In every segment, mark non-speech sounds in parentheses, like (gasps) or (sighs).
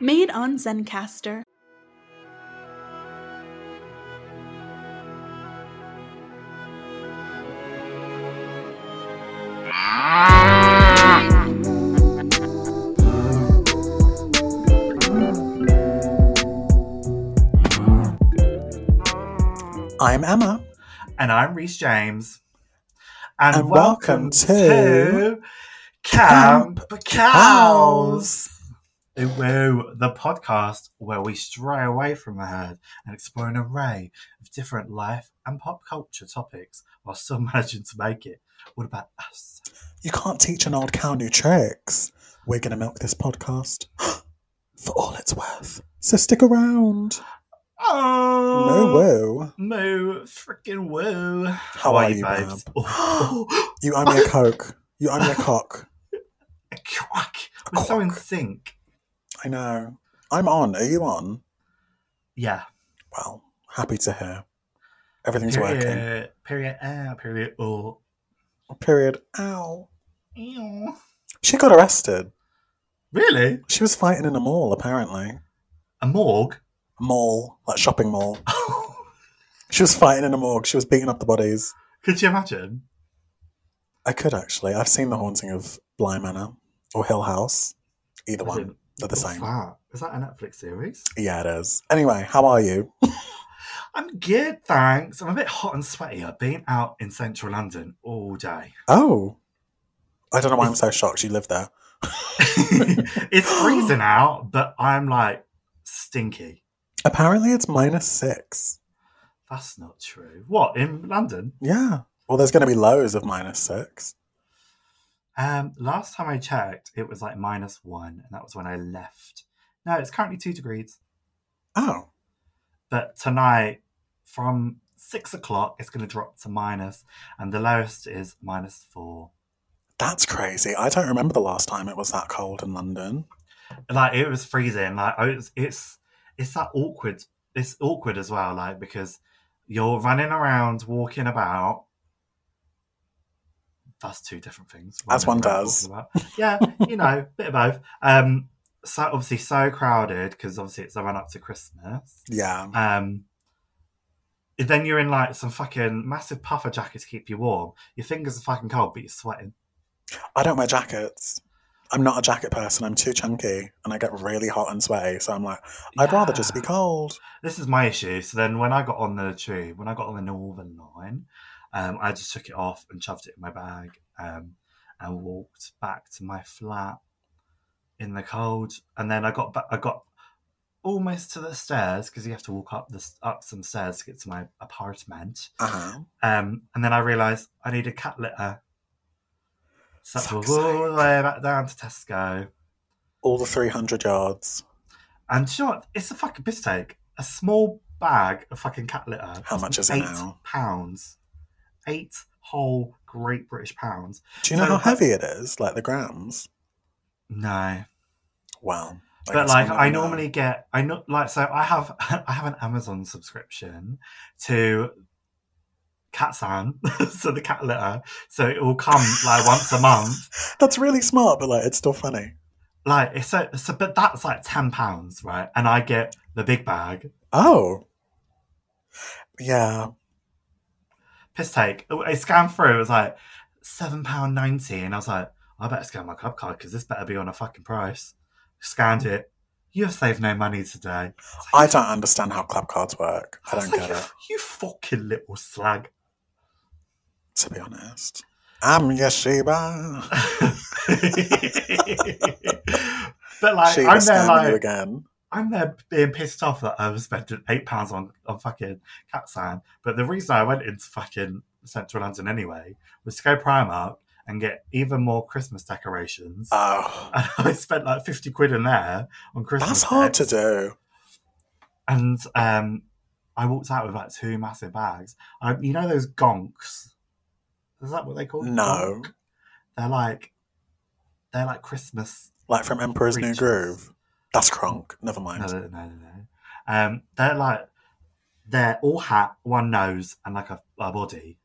Made on Zencaster. I'm Emma. And I'm Reese James. And welcome to Camp Cows. Cows. Ooh, woo, the podcast where we stray away from the herd and explore an array of different life and pop culture topics while still (laughs) managing to make it. What about us? You can't teach an old cow new tricks. We're going to milk this podcast (gasps) for all it's worth. So stick around. (gasps) No Oh, woo. moo, freaking woo. How are you, babes? (gasps) You owe (laughs) me a coke. You owe me a cock. Quack. We're so in sync. I know. I'm on. Are you on? Yeah. Well, happy to hear. Everything's working. Period. Period. Ah, period. Oh. Period. Ow. Ew. She got arrested. Really? She was fighting in a mall, apparently. A morgue? (laughs) Mall, like shopping mall. She was fighting in a morgue. She was beating up the bodies. Could you imagine? I could actually. I've seen The Haunting of Bly Manor or Hill House. Either I one. didn't- They're the What's same. That? Is that a Netflix series? Yeah, it is. Anyway, how are you? I'm good, thanks. I'm a bit hot and sweaty. I've been out in central London all day. (laughs) Oh. I don't know why I'm so shocked. You live there. (gasps) it's freezing out, but I'm like stinky. Apparently, it's minus six. That's not true. What, in London? Yeah. Well, there's going to be lows of minus six. Um, last time I checked, it was like minus one, and that was when I left. No, it's currently two degrees. Oh. but tonight from six o'clock it's going to drop to minus and the lowest is minus four That's crazy. I don't remember the last time it was that cold in London. like it was freezing like I was- it's it's that awkward it's awkward as well like because you're running around walking about that's two different things As Running one around, does. walking about. yeah you know (laughs) bit of both um so obviously so crowded because obviously it's a run up to christmas Yeah. Um, then you're in like some fucking massive puffer jacket to keep you warm. Your fingers are fucking cold, but you're sweating. I don't wear jackets. I'm not a jacket person. I'm too chunky and I get really hot and sweaty. So I'm like, I'd rather just be Yeah. cold. This is my issue. So then when I got on the tube, when I got on the Northern Line, um, I just took it off and shoved it in my bag um, and walked back to my flat in the cold. And then I got back, I got almost to the stairs because you have to walk up the s- up some stairs to get to my apartment. Uh huh. Um, and then I realised I needed cat litter. So I Fuck's was all the way back down to Tesco. All the 300 yards. And do you know what? It's a fucking piss take. A small bag of fucking cat litter. How much is it Eight now? pounds. Eight whole great British pounds. Do you know So- how heavy it is? Like the grams? No. Wow. but like I normally get I not like so I have (laughs) I have an Amazon subscription to Catsan, (laughs) so the cat litter. So it will come like once a month. That's really smart, but like it's still funny. like it's so, so but that's like 10 pounds right and i get the big bag Oh. Yeah. piss take i scanned through it was like 7 pound 90 and i was like i better scan my club card because this better be on a fucking price scanned it you have saved no money today I don't understand how club cards work. I was don't like, get you, it, you fucking little slag (laughs) (laughs) to be honest. I'm Yashiba. but like she i'm was there scamming you like again. I'm there being pissed off that I was spending eight pounds on on fucking cat sand. But the reason I went into fucking central London anyway was to go Primark and get even more Christmas decorations. Oh. (laughs) and I spent like fifty quid in there on Christmas. That's hard to decks. do. And um, I walked out with like two massive bags. I, you know those gonks? Is that what they call? No. Gonk? They're like they're like Christmas Like from Emperor's New Creatures. Groove. That's Kronk. Never No, mind. no, no, no. no. Um, they're like they're all hat, one nose, and like a, a body,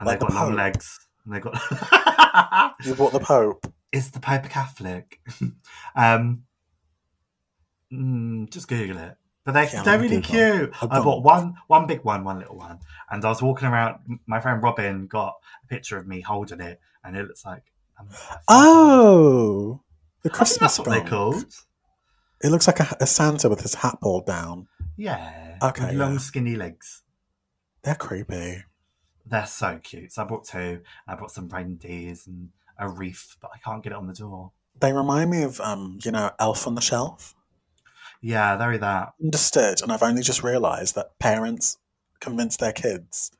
and Like they've the got long Pope. legs, and they've got. (laughs) You bought the Pope. Is the Pope a Catholic? (laughs) um, mm, just Google it. But they're, Yeah, I'm they're gonna really Google. cute. I've I got- bought one one big one, one little one. And I was walking around. My friend Robin got a picture of me holding it, and it looks like. um, Oh, the I think Christmas that's what one. they're called. It looks like a, a Santa with his hat pulled down. Yeah. Okay, With long, yeah. skinny legs. They're creepy. They're so cute. So I bought two. I bought some reindeers and a wreath, but I can't get it on the door. They remind me of, um, you know, Elf on the Shelf. Yeah, very that. Understood. And I've only just realised that parents convince their kids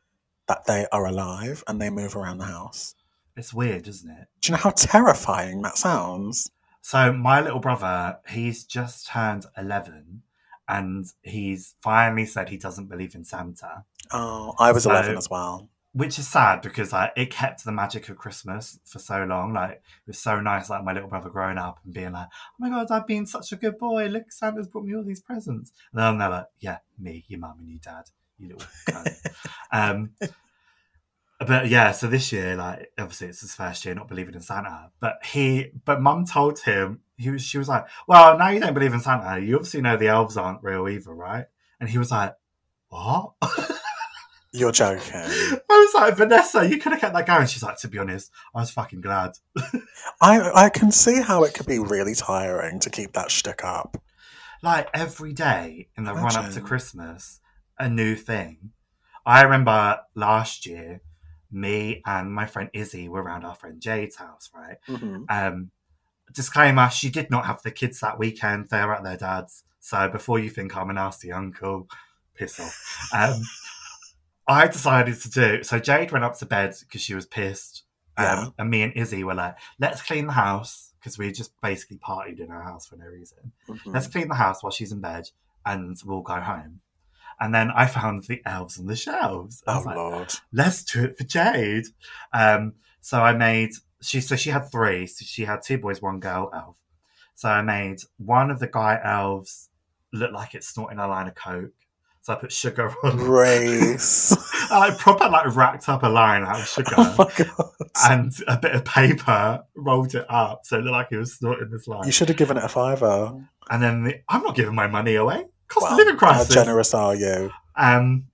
that they are alive and they move around the house. It's weird, isn't it? Do you know how terrifying that sounds? So my little brother, he's just turned eleven, and he's finally said he doesn't believe in Santa, Oh, I was So- 11 as well. which is sad because like it kept the magic of Christmas for so long. Like it was so nice, like my little brother growing up and being like, "Oh my god, I've been such a good boy. Look, Santa's brought me all these presents." And then they're like, "Yeah, me, your mum and your dad, you little cunt." um, but yeah, so this year, like obviously it's his first year not believing in Santa. But he, but Mum told him he was. She was like, "Well, now you don't believe in Santa. You obviously know the elves aren't real either, right?" And he was like, "What?" (laughs) You're joking. I was like, "Vanessa, you could have kept that going." She's like, "To be honest, I was fucking glad." I, I can see how it could be really tiring to keep that shtick up. Like every day in the run up to Imagine. Christmas, a new thing. I remember last year, me and my friend Izzy were around our friend Jade's house, right? Mhm. Um, disclaimer: she did not have the kids that weekend. They were at their dad's. So before you think I'm a nasty uncle, piss off. Um, I decided to do so. Jade went up to bed because she was pissed, um, Yeah. and me and Izzy were like, "Let's clean the house." Because we just basically partied in our house for no reason. Mhm. Let's clean the house while she's in bed and we'll go home. And then I found the elves on the shelves. I Oh, was like, (laughs) Lord. let's do it for Jade. Um, so I made she so she had three. So she had two boys, one girl elf. So I made one of the guy elves look like it's snorting a line of coke. So I put sugar (laughs) on. Race. I proper like racked up a line out (laughs) of sugar oh, my God. and a bit of paper, rolled it up so it looked like he was snorting this line. You should have given it a fiver. and then the, I'm not giving my money away. Cost Well, of living How crisis. generous are you? um,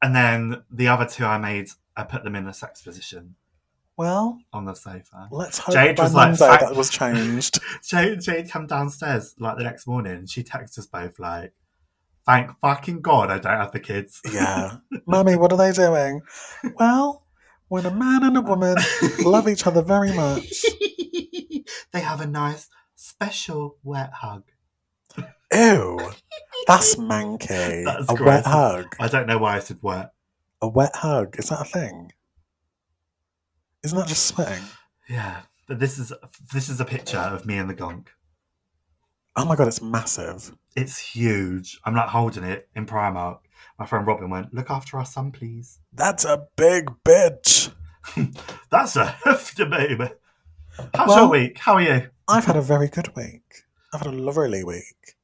and then the other two I made, I put them in the sex position Well, on the sofa. let's hope Jade by was like, Monday "Fuck." that was (laughs) changed. Jade, Jade come downstairs like the next morning. and She texts us both like, "Thank fucking God I don't have the kids." (laughs) yeah. Mummy, what are they doing? Well, when a man and a (laughs) woman love each other very much. they have a nice special wet hug. Ew. That's manky. That's a gross. wet hug. I don't know why I said wet. A wet hug. Is that a thing? Isn't that just sweating? Yeah, but this is this is a picture of me and the gonk. Oh my god, it's massive. It's huge. I'm like holding it in Primark. My friend Robin went, "Look after our son, please." That's a big bitch. That's a (laughs) hefty baby. How's Well- your week? How are you? I've had a very good week. I've had a lovely week.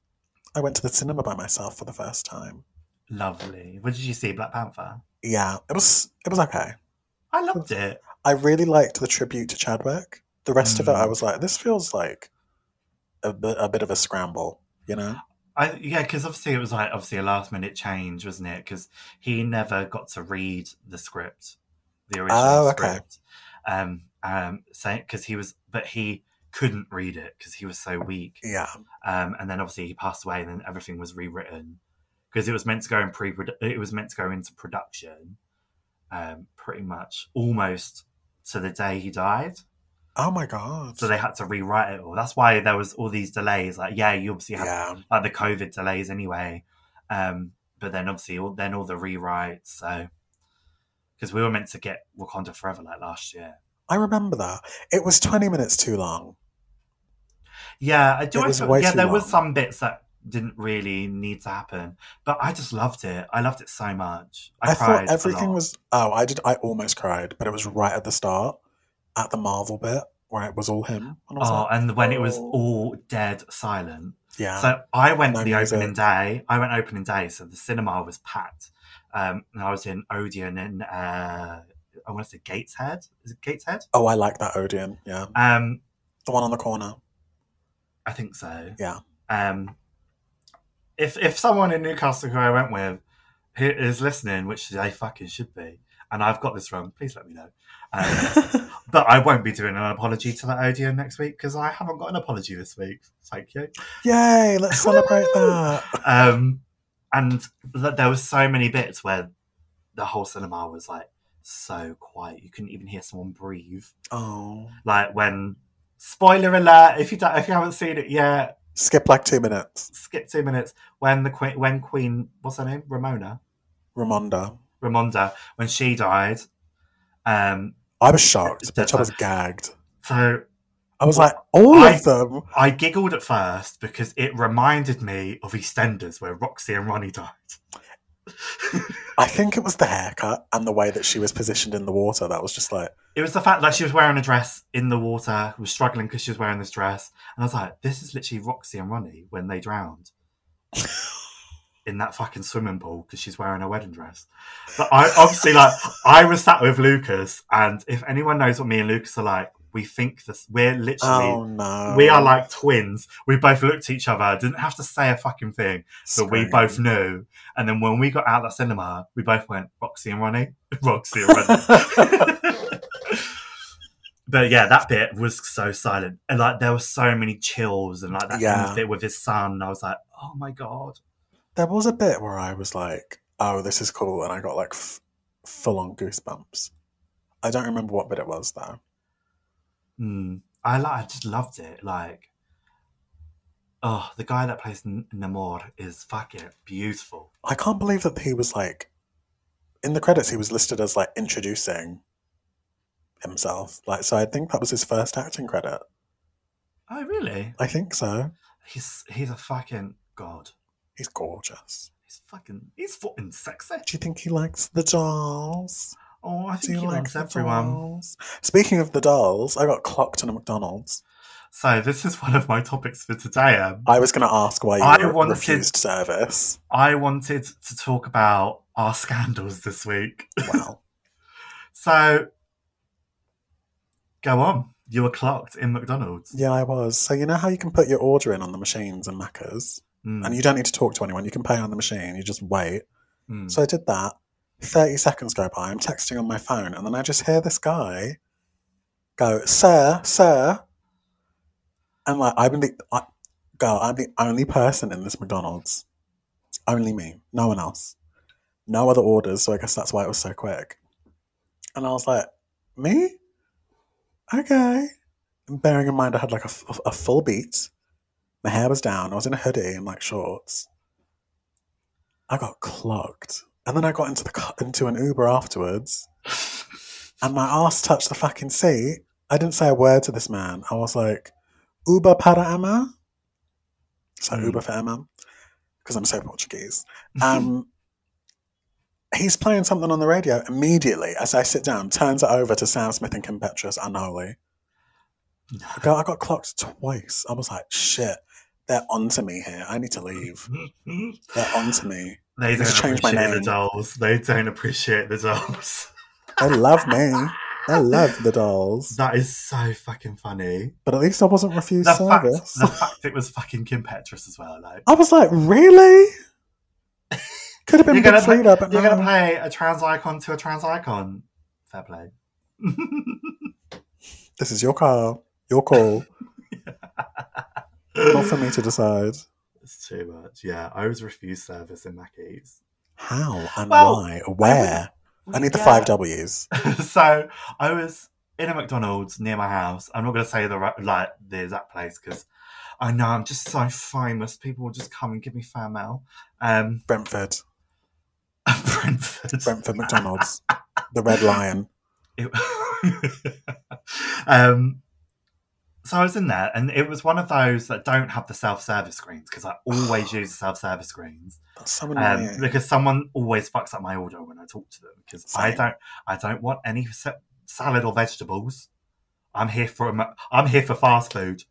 I went to the cinema by myself for the first time. Lovely. What did you see? Black Panther. Yeah, it was it was okay. I loved it. I really liked the tribute to Chadwick. The rest of it, Mm. I was like, this feels like a bit, a bit of a scramble, you know? I yeah, because obviously it was like obviously a last minute change, wasn't it? Because he never got to read the script, the original Oh, okay. script. Um, um, because he was, but he couldn't read it because he was so weak. Yeah. Um, and then obviously he passed away, and then everything was rewritten because it was meant to go in pre. It was meant to go into production, um, pretty much almost to the day he died. Oh my god. So they had to rewrite it all. That's why there was all these delays. Like, yeah, you obviously had yeah. like the COVID delays anyway. Um, but then obviously all, then all the rewrites. So because we were meant to get Wakanda Forever like last year. I remember that. It was 20 minutes too long. Yeah, I do. It I was feel- way yeah, too there was long. some bits that didn't really need to happen, but I just loved it. I loved it so much. I, I, cried thought everything a lot. was. Oh, I did. I almost cried, but it was right at the start, at the Marvel bit, where it was all him. And I was Oh, like, and when it was "Oh." all dead silent. yeah. So I went No the music. opening day. I went opening day, so the cinema was packed. Um, and I was in Odeon in uh, I want to say Gateshead. Is it Gateshead? oh, I like that Odeon. Yeah. Um, The one on the corner. I think so. Yeah. Um, if if someone in Newcastle who I went with who is listening, which they fucking should be, and I've got this wrong, please let me know. (laughs) Um, but I won't be doing an apology to that ODM next week because I haven't got an apology this week. Thank you. Yay! Let's celebrate Woo! that. Um, and th- there was so many bits where the whole cinema was like so quiet you couldn't even hear someone breathe. Oh, Like when spoiler alert if you don't, if you haven't seen it yet, skip like two minutes. skip two minutes when the queen when queen what's her name ramona Ramonda. ramonda when she died um I was shocked. That's Bitch, I was gagged. so I was like, all I- of them. i giggled at first because it reminded me of eastenders where roxy and ronnie died I think it was the haircut and the way that she was positioned in the water. That was just like, it was the fact that she was wearing a dress in the water was struggling because she was wearing this dress and i was like this is literally roxy and ronnie when they (laughs) drowned in that fucking swimming pool because she's wearing a wedding dress But I obviously like I was sat with Lucas, and if anyone knows what me and Lucas are like, we think this. We're literally oh no. we are like twins. We both looked at each other, didn't have to say a fucking thing, but we Scream. both knew. And then when we got out of that cinema, we both went Roxy and Ronnie, (laughs) Roxy and (laughs) Ronnie. But yeah, that bit was so silent, and like there were so many chills, and like that Yeah. end bit with his son. I was like, "Oh my god!" (laughs) There was a bit where I was like, oh, this is cool. And I got like f- full on goosebumps. I don't remember what bit it was though. Mm. I like. I just loved it. Like, oh, the guy that plays N- Namor is fucking beautiful. I can't believe that he was like, in the credits, he was listed as like introducing himself. Like, so I think that was his first acting credit. Oh, really? I think so. He's he's a fucking god. He's gorgeous. He's fucking he's fucking sexy. Do you think he likes the dolls? Oh, I Do think you he like likes the everyone. dolls? Speaking of the dolls, I got clocked in a McDonald's. So this is one of my topics for today. Um, I was going to ask why you I re- wanted- refused service. I wanted to talk about our scandals this week. Well, (laughs) So go on. You were clocked in McDonald's. yeah, I was. So you know how you can put your order in on the machines and Macca's, Mm, and you don't need to talk to anyone. You can pay on the machine. You just wait. mm. So I did that. 30 seconds go by. I'm texting on my phone, and then I just hear this guy go, Sir, sir. And like, I'm the, I, girl, I'm the only person in this McDonald's. It's only me, no one else. No other orders, so I guess that's why it was so quick. And I was like, Me? Okay. And bearing in mind, I had like a, f- a full beat. My hair was down. I was in a hoodie and like shorts. I got clogged. And then I got into the ca- into an Uber afterwards, and my ass touched the fucking seat. I didn't say a word to this man. I was like, "Uber para Emma," so Mm. Uber for Emma, because I'm so Portuguese. Um, he's playing something on the radio immediately as I sit down. Turns it over to Sam Smith and Kim Petras, Unholy. Girl, I got clocked twice. I was like, "Shit, they're onto me here. I need to (laughs) leave. They're onto me." They Let's don't change my appreciate the name. dolls. They don't appreciate the dolls. (laughs) They love me. They love the dolls. That is so fucking funny. But at least I wasn't refused The fact, service. the fact it was fucking Kim Petras as well. Like I was like, really? Could have been Big You're gonna play- Frida, but you're no. gonna play a trans icon to a trans icon. Fair play. This is your car, your call. Not for me to decide (laughs) it's too much. Yeah, I was refused service in Mackey's. how and Well, why, where. I need the five W's. (laughs) so I was in a McDonald's near my house. I'm not gonna say the ri- like the exact place because I know I'm just so famous. People will just come and give me fan mail. Um, (laughs) Brentford, Brentford. Brentford McDonald's, the Red Lion. It, (laughs) um, so I was in there, and it was one of those that don't have the self service screens because I always use the self service screens That's so um, annoying. because someone always fucks up my order when I talk to them because I Same. don't I don't want any sa- salad or vegetables. I'm here for a mo- I'm here for fast food.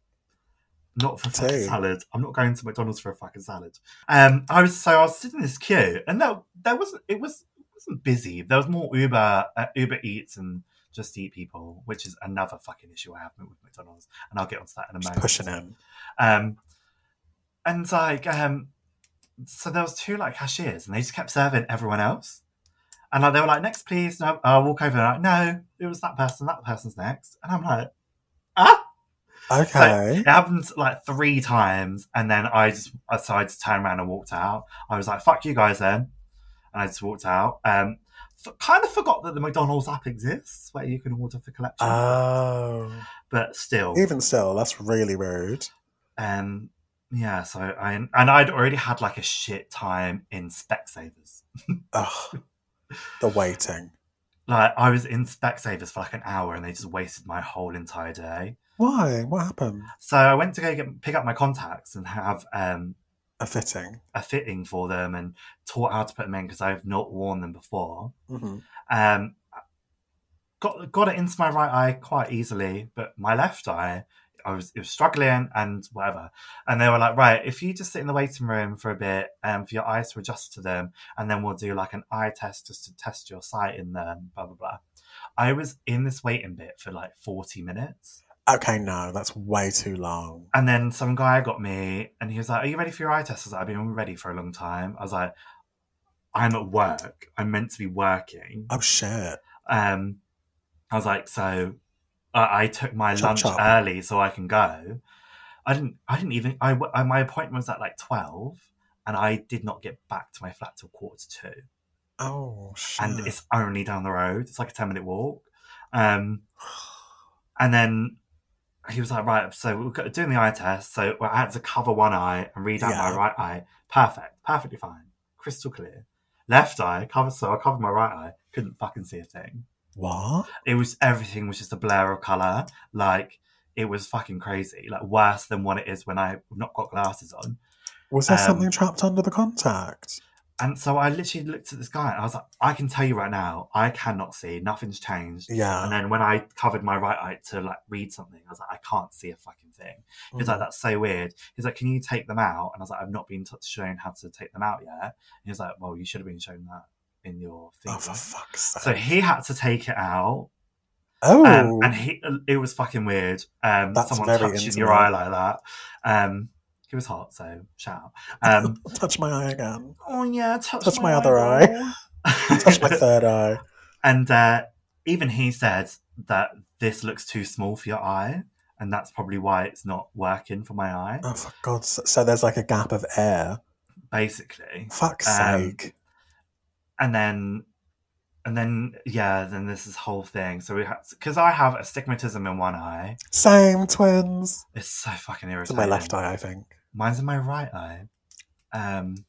Not for fucking Same. salad. I'm not going to McDonald's for a fucking salad. Um, I was so I was sitting in this queue, and there there wasn't it was it wasn't busy. There was more Uber uh, Uber Eats and Just eat people, which is another fucking issue I have with McDonald's, and I'll get onto that in a Just moment. pushing him. Um, and like, um, so there was two like cashiers, and they just kept serving everyone else. And like, they were like, "Next, please." No, I'll walk over. And they're like, no, it was that person. That person's next. And I'm like, ah. So Okay. it happened like three times, and then I just I decided to turn around and walked out. I was like, "Fuck you guys," then, and I just walked out. Um, f- kind of forgot that the McDonald's app exists where you can order for collection, Oh. but still, Even still, that's really rude. um, yeah. So I and I'd already had like a shit time in Specsavers. Ugh. The waiting. Like I was in Specsavers for like an hour, and they just wasted my whole entire day. Why? What happened? So I went to go get pick up my contacts and have um A fitting. a fitting for them and taught how to put them in because I've not worn them before. hmm Um, got got it into my right eye quite easily, but my left eye, I was, it was struggling and whatever. And they were like, right, if you just sit in the waiting room for a bit um, for your eyes to adjust to them, and then we'll do like an eye test just to test your sight in them, blah, blah, blah. I was in this waiting bit for like 40 minutes. Okay, no, that's way too long. And then some guy got me and he was like, Are you ready for your eye test? I was like, I've been ready for a long time. I was like, I'm at work. I'm meant to be working. Oh shit. Um, I was like, So uh, I took my Chop, lunch chop. early so I can go. I didn't, I didn't even, I, w- I- my appointment was at like 12 and I did not get back to my flat till quarter to two. Oh shit. And it's only down the road. It's like a 10 minute walk. Um, and then he was like, right, so we're go- doing the eye test. So I had to cover one eye and read out my Yeah. right eye. Perfect. Perfectly fine. Crystal clear. Left eye, covered. So I covered my right eye. Couldn't fucking see a thing. (sighs) what? It was everything was just a blur of color. Like it was fucking crazy. Like worse than what it is when I've not got glasses on. Was there Um, something trapped under the contact? And so I literally looked at this guy and I was like, I can tell you right now, I cannot see. Nothing's changed. And Yeah. then when I covered my right eye to like read something, I was like, I can't see a fucking thing. He's Mm. like, that's so weird. He's like, can you take them out? And I was like, I've not been t- shown how to take them out yet. And he was like, well, you should have been shown that in your thing. Oh for fuck's sake. so he had to take it out, oh um, and he it was fucking weird. Um, That's someone very touching your intimate. eye like that. Um, he was hot, so shout out. (laughs) Um, touch my eye again. oh yeah, touch, Touch my other eye. (laughs) eye. Touch my third eye. And uh, even he said that this looks too small for your eye, and that's probably why it's not working for my eye, Oh for God's sake. So there's like a gap of air. basically. Fuck's Um, sake. And then, and then, yeah, then this is whole thing. So we had because I have astigmatism in one eye. Same twins. It's so fucking It's in irritating. my left eye, I think. Mine's in my right eye. Um, Do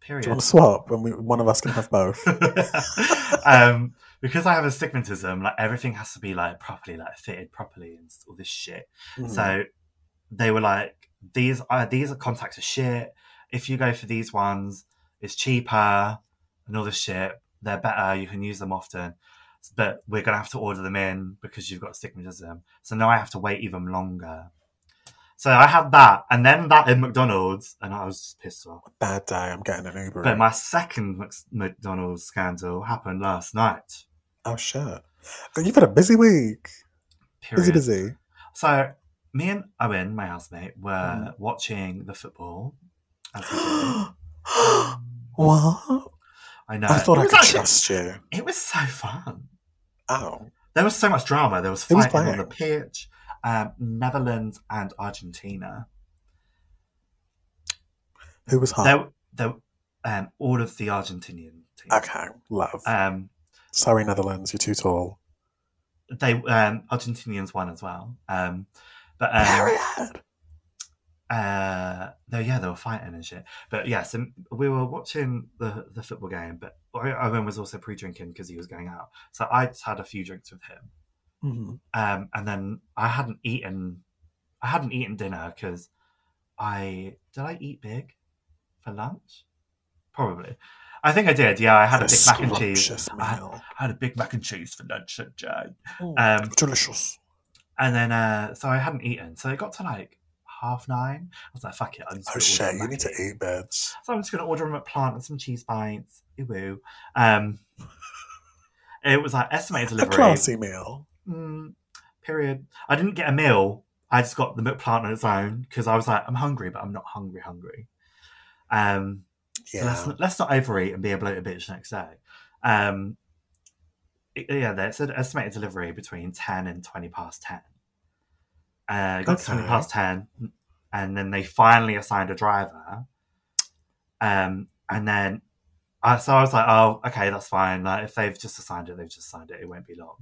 period. you (laughs) want to swap? When we one of us can have both. um, because I have astigmatism, like everything has to be like properly, like fitted properly, and all this shit. Mm. So they were like, these are these are contacts are shit. If you go for these ones, it's cheaper and all this shit. They're better. You can use them often, but we're gonna have to order them in because you've got astigmatism. So now I have to wait even longer. So I had that, and then that in McDonald's, and I was just pissed off. Bad day, I'm getting an Uber. But my second Mc- McDonald's scandal happened last night. oh shit. God, You've had a busy week. Busy, Period. busy. (gasps) So me and Owen, my housemate, were watching the football. As we do. what? I know. I thought I Uh, it was could actually- trust you. It was so fun. Oh. There was so much drama. There was Who was fighting on the playing? pitch. Um, Netherlands and Argentina. Who was hot? There, there, um, all of the Argentinian team. Okay, love. Um, Sorry, Netherlands, you're too tall. they um, Argentinians won as well. Um, but um, Period. uh though yeah they were fighting and shit but yeah so we were watching the the football game but owen was also pre-drinking because he was going out so i just had a few drinks with him Mhm. um and then i hadn't eaten i hadn't eaten dinner because i did i eat big for lunch probably i think i did yeah i had a What big mac and cheese Uh, scrumptious I had, meal. I had a big mac and cheese for lunch at Jane. Mm, um Delicious. and then uh so i hadn't eaten so it got to like half nine i was like fuck it i'm just Oh shit, gonna order a you mac need and to cheese. eat, bitch. (laughs) So I'm just going to order him a plant and some cheese bites. Ooh, woo. Um, It was like estimated A delivery. classy meal. Mm, period. I didn't get a meal. I just got the milk plant on its own because I was like, I'm hungry, but I'm not hungry, hungry. Um, so let's Yeah. not, let's not overeat and be a bloated bitch next day. Um, it- yeah, that's an estimated delivery between 10 and 20 past 10. Uh, got to 20 Okay. past 10, and then they finally assigned a driver. Um, and then I, so I was like, oh, okay, that's fine. Like, if they've just assigned it, they've just assigned it. It won't be long.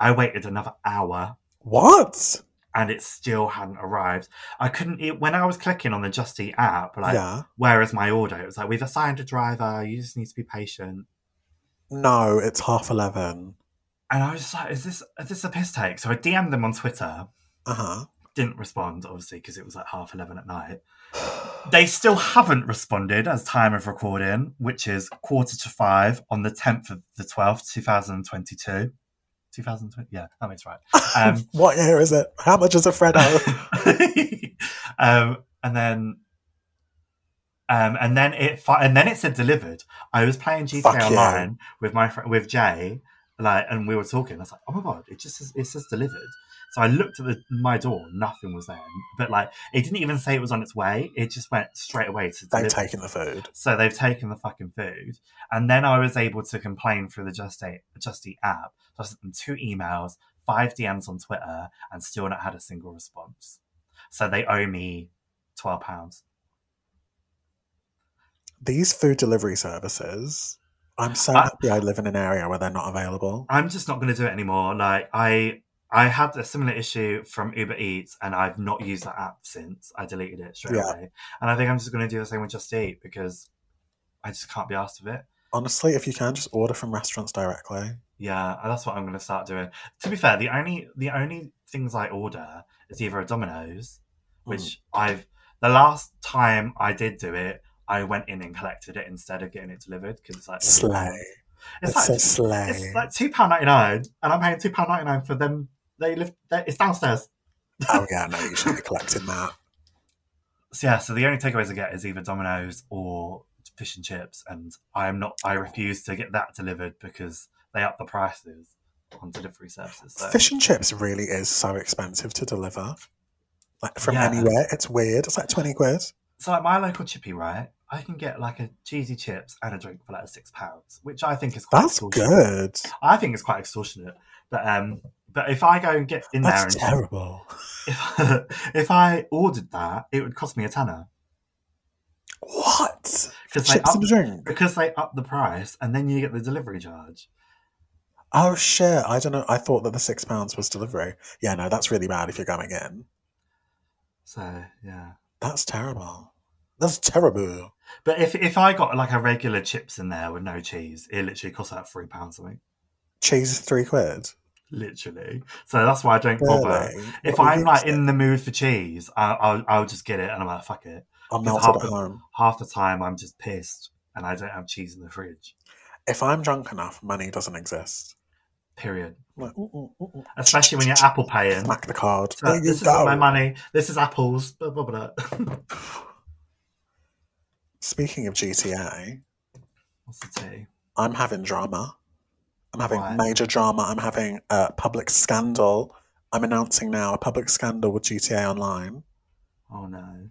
I waited another hour What? and it still hadn't arrived. I couldn't, it, when I was clicking on the Just Eat app, like, yeah. where is my order? It was like, we've assigned a driver, you just need to be patient. No, it's half eleven. And I was just like, is this, is this a piss take? So I DM'd them on Twitter, Uh didn't respond, obviously, because it was like half 11 at night. huh. They still haven't responded as time of recording, which is quarter to five on the 10th of the 12th, 2022. 2020, yeah, that makes right. Um, (laughs) what year is it? How much is a (laughs) Freddo? um, and then, um, and then it fi- and then it said delivered. I was playing GTA Fuck yeah. Online with my friend with Jay, like, and we were talking. I was like, "Oh my god, it just says, it says delivered." So I looked at the, my door. Nothing was there, but like, it didn't even say it was on its way. It just went straight away to They've delivered. taken the food. So they've taken the fucking food. And then I was able to complain through the Just Eat, Just Eat app. So I sent them two emails, five DMs on Twitter, and still not had a single response. So they owe me £12. These food delivery services. I'm so I- happy I live in an area where they're not available. I'm just not going to do it anymore. Like, I. I had a similar issue from Uber Eats, and I've not used that app since I deleted it straight Yeah. away. And I think I'm just going to do the same with Just Eat because I just can't be asked of it. Honestly, if you can, just order from restaurants directly. Yeah, and that's what I'm going to start doing. To be fair, the only the only things I order is either a Domino's, which I've the last time I did do it, I went in and collected it instead of getting it delivered because it's like Slay. (laughs) It's, It's, so like slay. it's like two pound ninety nine, and I'm paying two pound ninety nine for them. They live. they- It's downstairs. oh yeah, no, you should be collecting that. So yeah, so the only takeaways I get is either Domino's or fish and chips, and I'm not. I refuse to get that delivered because they up the prices on delivery services. So. Fish and chips really is so expensive to deliver. Like from Yeah. anywhere, it's weird. It's like twenty quid. So like my local chippy, right? I can get like a cheesy chips and a drink for like six pounds, which I think is quite That's extortionate. good. I think it's quite extortionate. But um but if I go and get in there That's and terrible. (laughs) if, if I ordered that, it would cost me a tenner. What? Because they Chips up and a drink. because they up the price and then you get the delivery charge. Oh shit! I don't know. I thought that the six pounds was delivery. Yeah, no, that's really bad if you're going in. So yeah. That's terrible. That's terrible. But if if I got like a regular chips in there with no cheese, it literally costs like three pounds something. Cheese is three quid. Literally. So that's why I don't bother. Really? If What are I'm you like using? in the mood for cheese, I, I'll I'll just get it, and I'm like, fuck it. I'm it's melted half at a- home. Half the time, I'm just pissed, and I don't have cheese in the fridge. If I'm drunk enough, money doesn't exist. Period. I'm like, ooh, ooh, ooh, ooh. Especially when you're Apple paying. smack the card. So, There you this is go. my money. This is apples. Blah blah blah. (laughs) Speaking of GTA, What's the tea? I'm having drama. I'm having Why? major drama. I'm having a public scandal. I'm announcing now a public scandal with GTA Online. Oh no!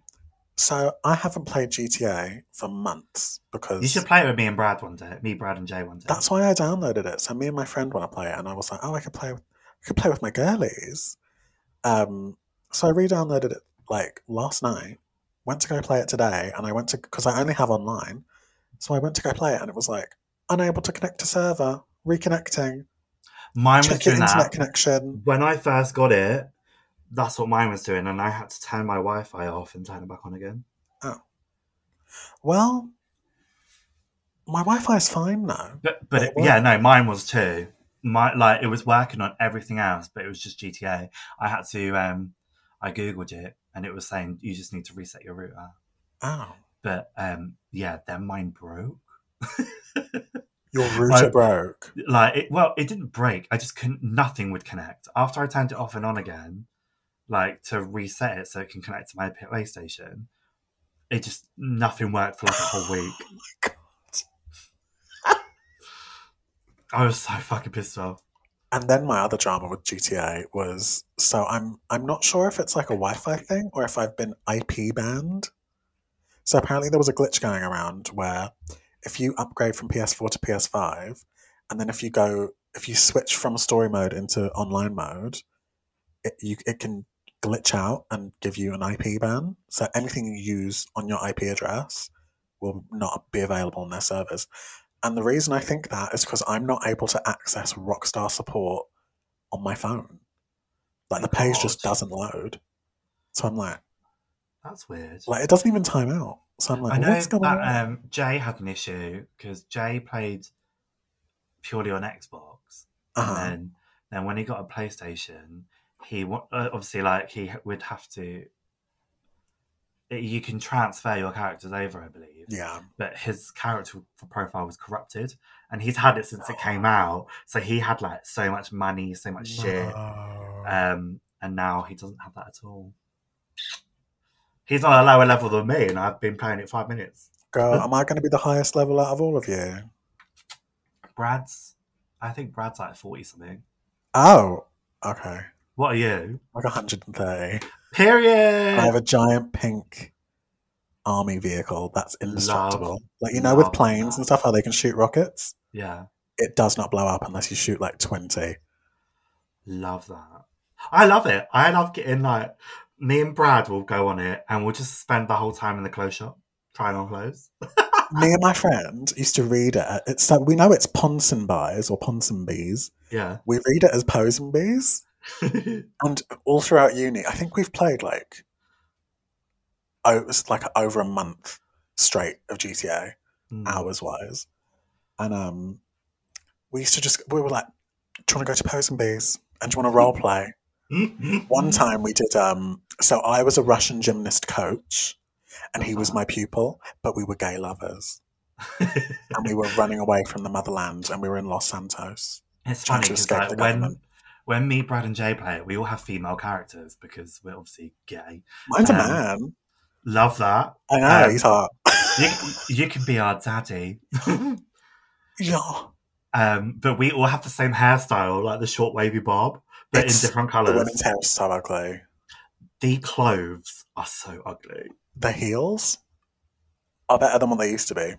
So I haven't played GTA for months because You should play it with me and Brad one day. Me, Brad, and Jay one day. that's why I downloaded it. So me and my friend want to play it, and I was like, oh, I could play, with, I could play with my girlies. Um, so I re-downloaded it like last night. Went to go play it today, and I went to because I only have online, so I went to go play it, and it was like unable to connect to server, reconnecting, mine was check your doing internet that connection. when I first got it. That's what mine was doing, and I had to turn my Wi-Fi off and turn it back on again. Well, my Wi-Fi is fine now. But, but It it- yeah, no, mine was too. My like it was working on everything else, but it was just GTA. I had to um I googled it and it was saying you just need to reset your router. Oh, But um yeah, then mine broke. your router I- broke. Like it well, it didn't break. I just couldn't nothing would connect. After I turned it off and on again, like to reset it so it can connect to my PlayStation, it just nothing worked for like a whole week. I was so fucking pissed off. And then my other drama with GTA was so I'm I'm not sure if it's like a Wi-Fi thing or if I've been IP banned. So apparently there was a glitch going around where if you upgrade from PS4 to PS5, and then if you go if you switch from story mode into online mode, it you it can glitch out and give you an IP ban. So anything you use on your IP address will not be available on their servers. And the reason I think that is because I'm not able to access Rockstar support on my phone. Like the page just God. doesn't load. So I'm like, That's weird. like it doesn't even time out. So I'm like, I know what's that going on? um, Jay had an issue because Jay played purely on Xbox, uh-huh. and then, then when he got a PlayStation, he wa- uh, obviously like he h- would have to. You can transfer your characters over, I believe, Yeah. but his character f- profile was corrupted, and he's had it since it came Ah. out. So he had like so much money, so much shit, No. um, and now he doesn't have that at all. He's on a lower level than me, and I've been playing it five minutes. Girl, am I going to be the highest level out of all of you? Brad's, I think Brad's like 40 something. Oh, okay. What are you? Like 130. Period. I have a giant pink army vehicle that's indestructible. like, you know, love with planes that. and stuff, how they can shoot rockets? yeah, It does not blow up unless you shoot like 20. love that. I love it. I love getting like, me and Brad will go on it and we'll just spend the whole time in the clothes shop trying on clothes. Me and my friend used to read it. It's like, we know it's Ponsonbys or Ponsonbees. Yeah. (laughs) Mm. We read it as Posenbees. and all throughout uni, I think we've played like oh, it was like over a month straight of GTA Mm. hours wise, and um, we used to just we were like, "Do you want to go to Pose and Bees?" And do you want to role play? One time we did. Um, so I was a Russian gymnast coach, and he was my pupil, but we were gay lovers, and we were running away from the motherland, and we were in Los Santos. (laughs) it's trying funny to because escape like the when, government. when me, Brad, and Jay play it, we all have female characters because we're obviously gay. Mine's Um, a man. Love that. I know um, he's hot. You, you can be our daddy. (laughs) yeah, Um, but we all have the same hairstyle, like the short wavy bob, but It's in different the colours. women's hair is so ugly. The clothes are so ugly. the heels are better than what they used to be.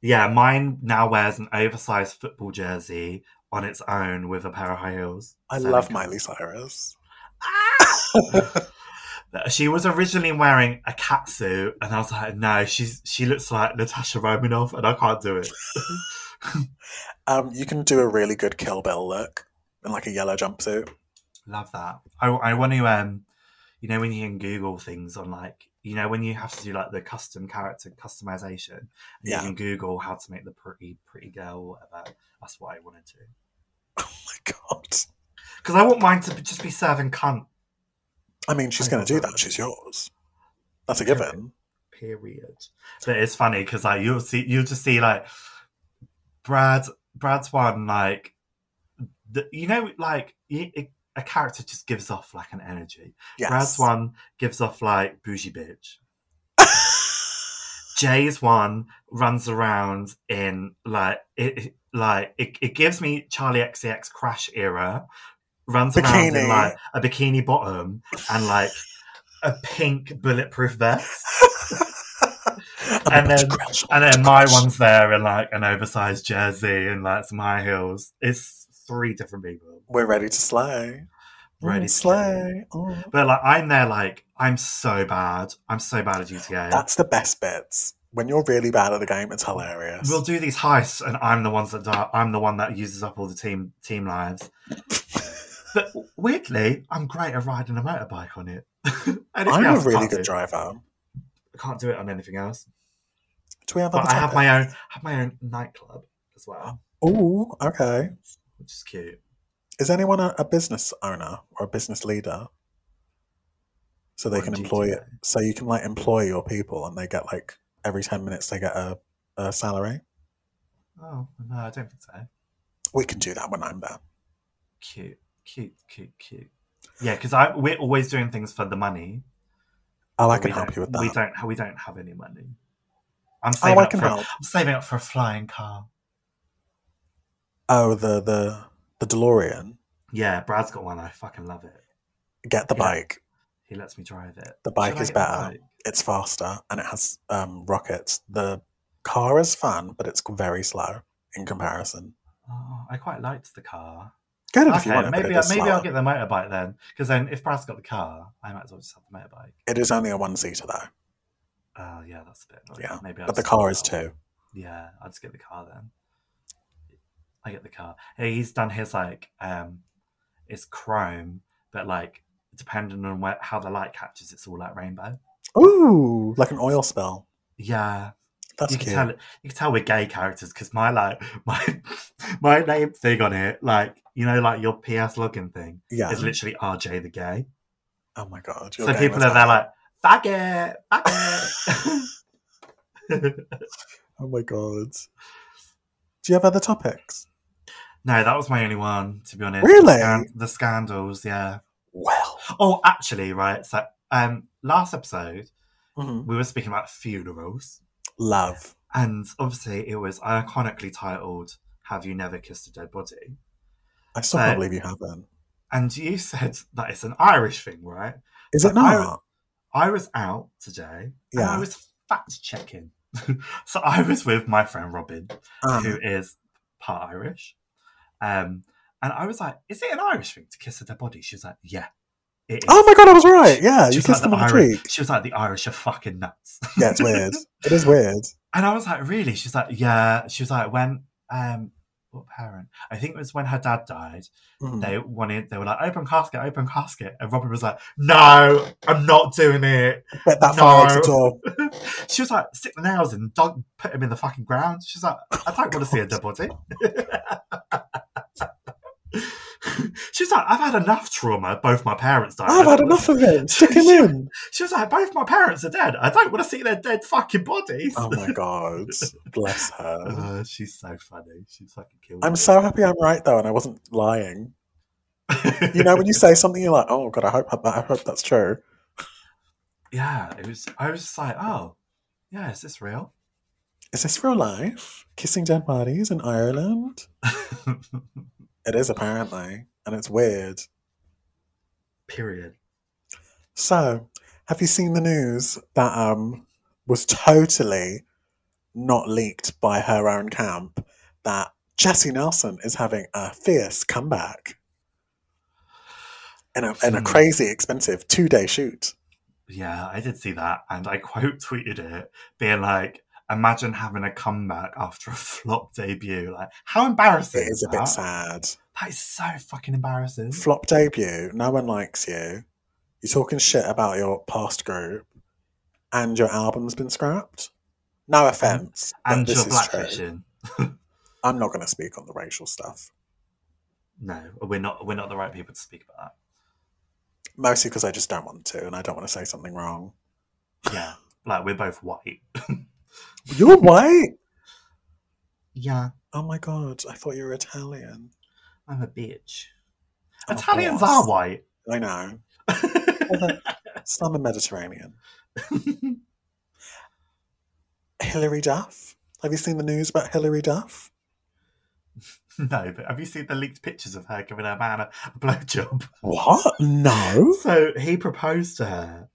Yeah, mine now wears an oversized football jersey on its own with a pair of high heels. I So love they- Miley Cyrus. (laughs) But She was originally wearing a catsuit, and I was like, no, she's she looks like Natasha Romanoff, and I can't do it. Um, you can do a really good Kill Bill look in like a yellow jumpsuit. (laughs) Love that. I, I want to, um, you know, when you can Google things on like, you know, when you have to do like the custom character customization, and Yeah. you can Google how to make the pretty, pretty girl or whatever. That's what I want to do. Oh my god! Because I want mine to be- just be serving cunt, I mean, she's I going to do love that. that. She's yours. That's a given. period. But it's funny because like you'll see, you'll just see like Brad, Brad's one, like, the, you know, like y- it, a character just gives off like an energy. Yes. (laughs) Brad's one gives off like bougie bitch. Jay's one runs around in like it like it, it gives me Charlie XCX crash era. Runs around in Bikini. like a bikini bottom and like a pink bulletproof vest. And then- And then my one's there in like an oversized jersey and like some high heels. It's three different people. We're ready to slay. Ready Mm, to slay. Mm. But like I'm there like I'm so bad. I'm so bad at GTA. That's the best bits. When you're really bad at the game, it's hilarious. we'll do these heists, and I'm the ones that die. I'm the one that uses up all the team (laughs) team lives. but weirdly, I'm great at riding a motorbike on it. (laughs) Anything I'm a else I really can't good do. driver. I can't do it on anything else. Do we have But other I have topics? my own have my own nightclub as well, Ooh, okay. which is cute. Is anyone a, a business owner or a business leader? So they On can employ it. GTA. So you can like employ your people, and they get like every ten minutes they get a, a salary. Oh no, I don't think so. We can do that when I'm there. Cute, cute, cute, cute. Yeah, because I we're always doing things for the money. Oh, I but can we help don't- you with We that. don't we don't have any money. Oh, I'm saving I up can for help. I'm saving up for a flying car. Oh, the the the DeLorean. Yeah, Brad's got one. I fucking love it. Get the Yeah. bike. He lets me drive it. The bike Should I is get the better. bike? It's faster and it has um, rockets. The car is fun, but it's very slow in comparison. Oh, I quite liked the car. Get it if you want Okay, it, maybe but it is maybe slower. I'll get the motorbike then, because then if Brad's got the car, I might as well just have the motorbike. It is only a one seater though, Oh yeah, that's a bit. annoying. Yeah, maybe. I'll but the just get car is car. two. Yeah, I'll just get the car then. I get the car. Hey, he's done his like um it's chrome, but like depending on where how the light catches, it's all like rainbow. Ooh, like an oil spill. Yeah. That's you cute. can tell you can tell we're gay characters because my like (laughs) my my name thing on it, like you know, like your PS login thing yeah. is literally RJ the gay. Oh my god. so game people was bad. are there like faggot, faggot. Oh my god. Do you have other topics? (laughs) no, that was my only one to be honest. Really? The, scan- the scandals, yeah. Well. Oh, actually, right. So, um, last episode Mhm. we were speaking about funerals, Love. and obviously it was iconically titled "Have You Never Kissed a Dead Body?" I still So- can't believe you haven't. And you said that it's an Irish thing, right? Is it But I- not? I was out today, and Yeah. I was fact checking. (laughs) so I was with my friend Robin, Um, who is part Irish, um, and I was like, "Is it an Irish thing to kiss a dead body?" She was like, "Yeah." It is. oh my god, I was right. Yeah, She you was like kissed them on the Irish- cheek. She was like, "The Irish are fucking nuts." (laughs) Yeah, it's weird. it is weird. (laughs) And I was like, really? She's like, yeah. She was like, when um what parent? I think it was when her dad died. Mhm. They wanted they were like, open casket, open casket. And Robin was like, No, I'm not doing it. But that far No. out the (laughs) door. she was like, stick the nails in, dog put him in the fucking ground. She's like, I don't want to see a dead body. (laughs) She's like, I've had enough trauma. Both my parents died. I I've don't had wanna enough of it. Stick him in. She was like, both my parents are dead. I don't want to see their dead fucking bodies. Oh my god. Bless (laughs) her. Uh, she's so funny. She's fucking killed. I'm it. so happy I'm right (laughs) though, and I wasn't lying. You know, when you say something, you're like, "Oh god, I hope that I hope that's true." yeah, it was. I was just like, oh, yeah, is this real? (laughs) Is this real life? Kissing dead bodies in Ireland? It is apparently, and it's weird. Period. So, have you seen the news that um was totally not leaked by her own camp that Jessie Nelson is having a fierce comeback in a, in a Hmm. crazy expensive two day shoot? Yeah, I did see that, and I (laughs) quote tweeted it, being like, "Imagine having a comeback after a flop debut. Like, how embarrassing It is a that? bit sad. That is so fucking embarrassing. Flop debut. No one likes you. You're talking shit about your past group, and your album's been scrapped. No offense, but Mm-hmm. and this your is black true. fishing. I'm not going to speak on the racial stuff, No, we're not. We're not the right people to speak about mostly because I just don't want to, and I don't want to say something wrong. that. Yeah, like we're both white. (laughs) You're white. Yeah, Oh my god, I thought you were Italian. I'm a bitch. Oh, Italians boss. are white. (laughs) I know. It's not the Mediterranean. Hilary Duff. Have you seen the news about Hilary Duff? No, but have you seen the leaked pictures of her giving her man a, a blowjob? What? No. So he proposed to her,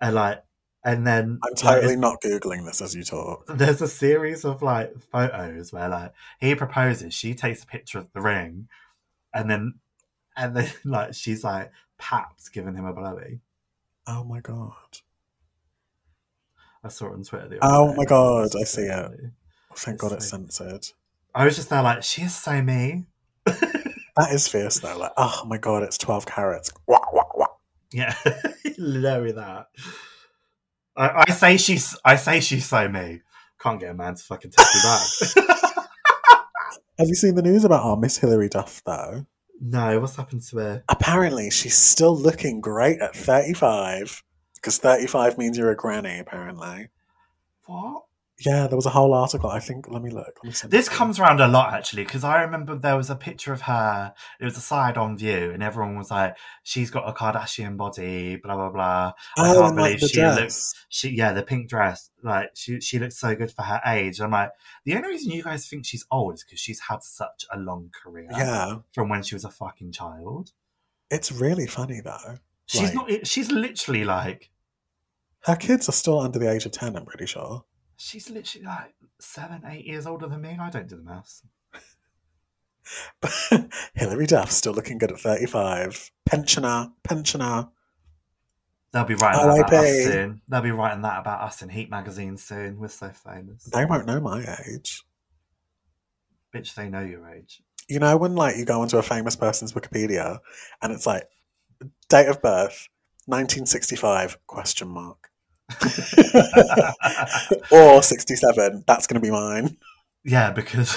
and like, and then I'm like, totally not googling this as you talk. there's a series of like photos where like he proposes, she takes a picture of the ring, and then and then (laughs) like she's like papped giving him a blowy. Oh my god. I saw it on Twitter. The Oh other day. my God, I It's see so it. funny. Thank It's God it's so- censored. I was just there like she is so me. That is fierce though. Like, oh my god, it's twelve carats. Wah, wah, wah. Yeah, (laughs) literally that. I, I say she's. I say she's so me. Can't get a man to fucking take me back. (laughs) Have you seen the news about our Miss Hilary Duff though? no, what's happened to her? apparently she's still looking great at 35 because 35 means you're a granny apparently What? Yeah, there was a whole article. I think. Let me look. Let me send This it to you. comes around a lot actually, because I remember there was a picture of her. It was a side on view, and everyone was like, "She's got a Kardashian body." Blah blah blah. I Oh, can't and, like believe the she looks- dress. She, yeah, the pink dress. Like she, she looks so good for her age. I'm like, the only reason you guys think she's old is because she's had such a long career Yeah, from when she was a fucking child. it's really funny though. Like- She's not. She's literally like. Her kids are still under the age of ten. I'm pretty sure. (laughs) She's literally like seven, eight years older than me. I don't do the maths. But Hilary Duff still looking good at thirty-five. Pensioner, pensioner. They'll be writing Oh, that about us R.I.P.. soon. They'll be writing that about us in Heat magazine soon. We're so famous. They won't know my age. Bitch, they know your age. (laughs) You know when like you go onto a famous person's Wikipedia and it's like date of birth 1965 question (laughs) mark or 67 that's going to be mine. yeah, because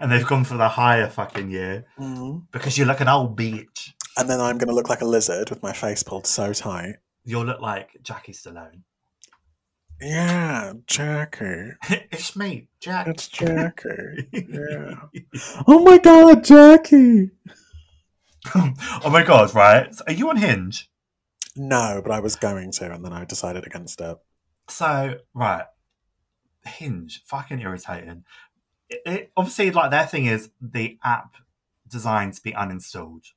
and they've gone for the higher fucking year Mhm. because you look an old bitch. And then I'm going to look like a lizard with my face pulled so tight. You'll look like Jackie Stallone. (laughs) Yeah, Jackie. it's me, Jack. (laughs) It's Jackie. Yeah. Oh my god, Jackie. oh my god! Right? Are you on Hinge? No, but I was going to and then I decided against it. So right, Hinge, fucking irritating. It, it, obviously, like their thing is the app designed to be uninstalled,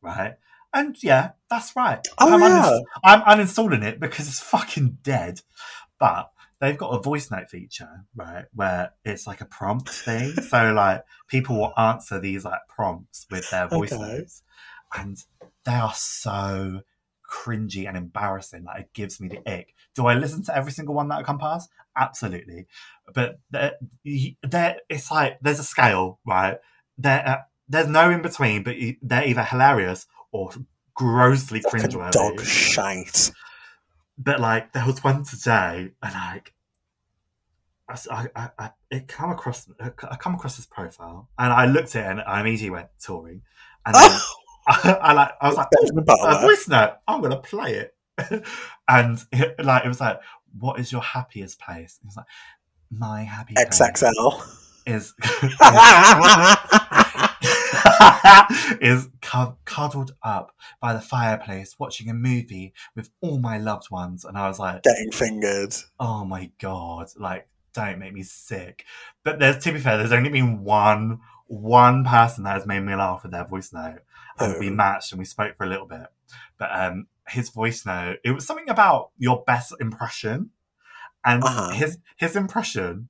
right? And yeah, that's right. Oh I'm, yeah. uninst- I'm uninstalling it because it's fucking dead. But they've got a voice note feature, right, where it's like a (laughs) prompt thing. so like people will answer these like prompts with their voice Okay. notes, and they are so cringy and embarrassing. Like it gives me the ick. Do I listen to every single one that I come past? Absolutely, but there, there it's like there's a scale, right? There, uh, there's no in between, but you, they're either hilarious or grossly Fucking cringeworthy. dog shite. But like there was one today, and like I, s- I, I- I- it come across, I come across his profile, and I looked at it, and I immediately went Tory, and then Oh! I, (laughs) I like, I was like, "Ooh, (laughs) Benjamin Butler. a voice note. I'm gonna play it. (laughs) and it, like it was like, what is your happiest place? It was like, my happy place is (laughs) XXL. is cu- cuddled up by the fireplace watching a movie with all my loved ones. And I was like, Getting fingered. oh my god, like don't make me sick. But there's to be fair, there's only been one one person that has made me laugh with their voice note and we Oh. matched and we spoke for a little bit. But um, his voice note, it was something about your best impression, and Uh-huh. his his impression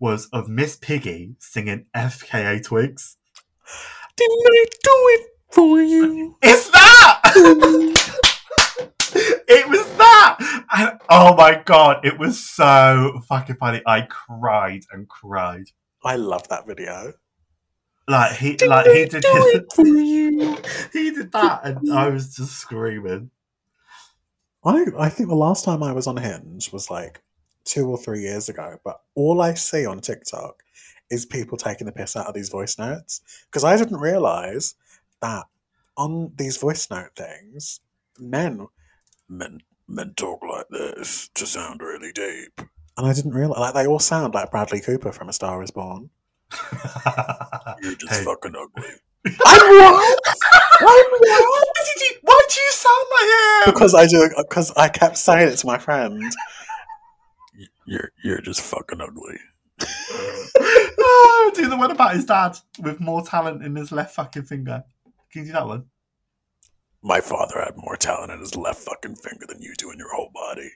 was of Miss Piggy singing FKA Twigs. Didn't I do it for (laughs) you? It's that. It was that, and oh my god, it was so fucking funny. I cried and cried. I love that video. Like he, like he did, his, for you? (laughs) he did that, and (laughs) I was just screaming. (laughs) I, I think the last time I was on Hinge was like two or three years ago, but all I see on TikTok is people taking the piss out of these voice notes because I didn't realize that on these voice note things, men men men talk like this to sound really deep, and I didn't realize like they all sound like Bradley Cooper from A Star Is Born. You're just Hey. fucking ugly. (laughs) I'm what? I'm what? Why did you? Why do you sound like him? because I do because I kept saying it to my friend. You're you're just fucking ugly. (laughs) oh, do the one about his dad with more talent in his left fucking finger. Can you do that one? My father had more talent in his left fucking finger than you do in your whole body.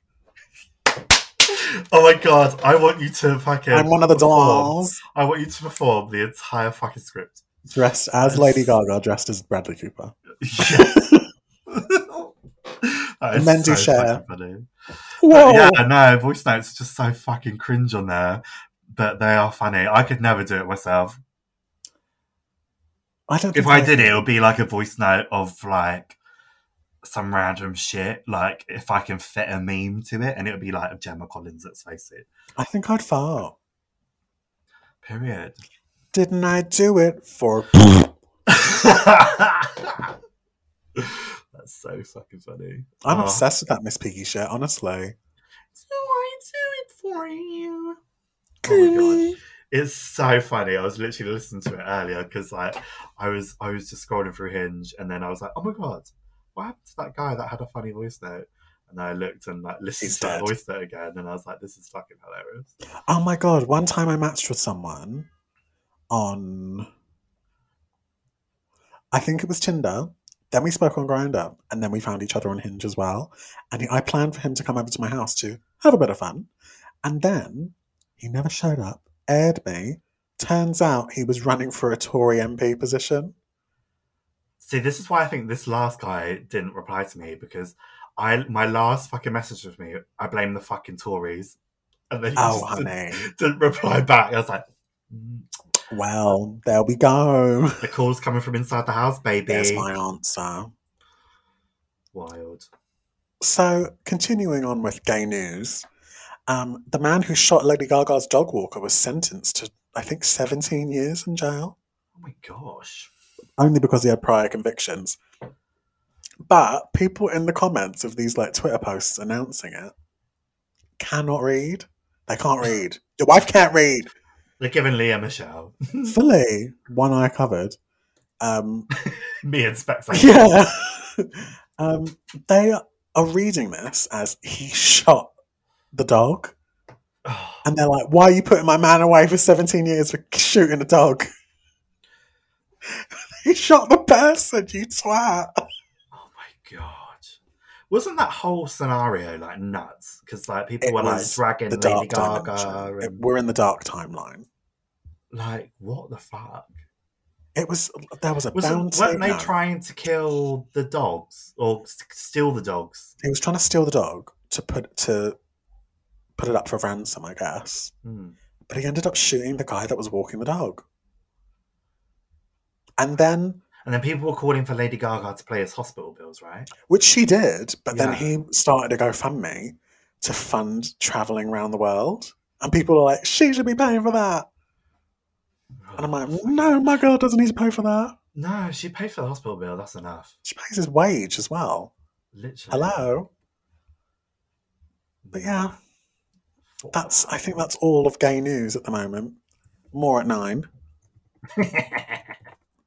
Oh my god, I want you to fucking. I'm one of the perform. dolls I want you to perform the entire fucking (laughs) script. (laughs) dressed as Lady Gaga, dressed as Bradley Cooper. Yes. (laughs) That is And then do so share. fucking funny. Whoa! Yeah, I know. Voice notes are just so fucking cringe on there, but they are funny. I could never do it myself. I don't. if think I did it, it would be like a voice note of like some random shit. Like if I can fit a meme to it, and it would be like of Gemma Collins. Let's face it. I think I'd fart. Period. (laughs) Didn't I do it (laughs) for? That's so fucking funny. I'm Oh. obsessed with that Miss Piggy shit. Honestly, So I do it for you. Oh my god. It's so funny. I was literally listening to it earlier because like I was I was just scrolling through Hinge and then I was like, oh my god, what happened to that guy that had a funny voice note? And I looked and like listened He's to that dead. voice note again, and I was like, this is fucking hilarious. Oh my god, one time I matched with someone on I think it was Tinder. Then we spoke on Grinder and then we found each other on Hinge as well. And I planned for him to come over to my house to have a bit of fun. And then he never showed up, aired me. Turns out he was running for a Tory MP position. See, this is why I think this last guy didn't reply to me because I my last fucking message with me, I blame the fucking Tories, and then he Oh, just didn't, honey. (laughs) didn't reply back. I was like, "Mm, Well, there we go. the call's coming from inside the house, baby. There's my answer. Wild. So, continuing on with gay news, um, the man who shot Lady Gaga's dog walker was sentenced to, I think, 17 years in jail, Oh my gosh. only because he had prior convictions. But people in the comments of these like Twitter posts announcing it cannot read. They can't read. Your wife can't read. They're giving Leah Michelle. Fully, one eye covered. Um, me and (laughs) Specs. yeah. um, they are reading this as he shot the dog. And they're like, why are you putting my man away for 17 years for shooting a dog? (laughs) he shot the person, you twat. Oh my god! Wasn't that whole scenario like nuts? Because like people It were like was dragging The Lady dark Gaga dimension. It- and we're in the dark timeline. like what the fuck? It was, there was a Was bounty. weren't they no. trying to kill the dogs or s- steal the dogs? he was trying to steal the dog to put, to put it up for ransom, I guess. Hmm. But he ended up shooting the guy that was walking the dog. And then And then people were calling for Lady Gaga to play his hospital bills, right? which she did. But Yeah. then he started a GoFundMe to fund traveling around the world, and people are like, "She should be paying for that," and I'm like, "No, my girl doesn't need to pay for that. no, she paid for the hospital bill. That's enough. She pays his wage as well." Literally. Hello, but yeah, that's. I think that's all of gay news at the moment. More at nine.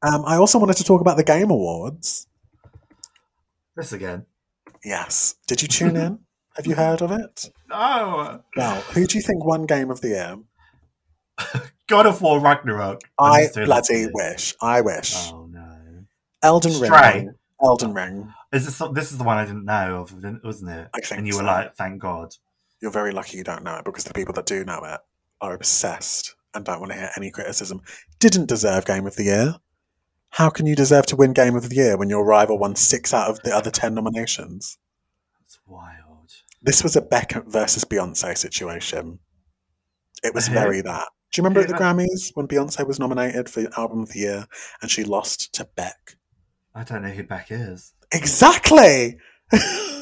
Um, I also wanted to talk about the Game Awards. this again. Yes, did you tune in? Have you heard of it? Oh, Well, who do you think won Game of the Year? God of War Ragnarok. I'm I just doing this bloody to you. wish. I wish. Oh no. Elden Ring. Stray. Elden Ring. Is this this is the one I didn't know of, didn't- wasn't it? I think and you were so. like, "Thank God." You're very lucky you don't know it because the people that do know it are obsessed and don't want to hear any criticism. Didn't deserve Game of the Year. How can you deserve to win Game of the Year when your rival won six out of the other ten nominations? It's wild. This was a Beckham versus Beyonce situation. It was Who? very that. Do you remember at Who the Grammys when Beyonce was nominated for Album of the Year and she lost to Beck? I don't know who Beck is. Exactly.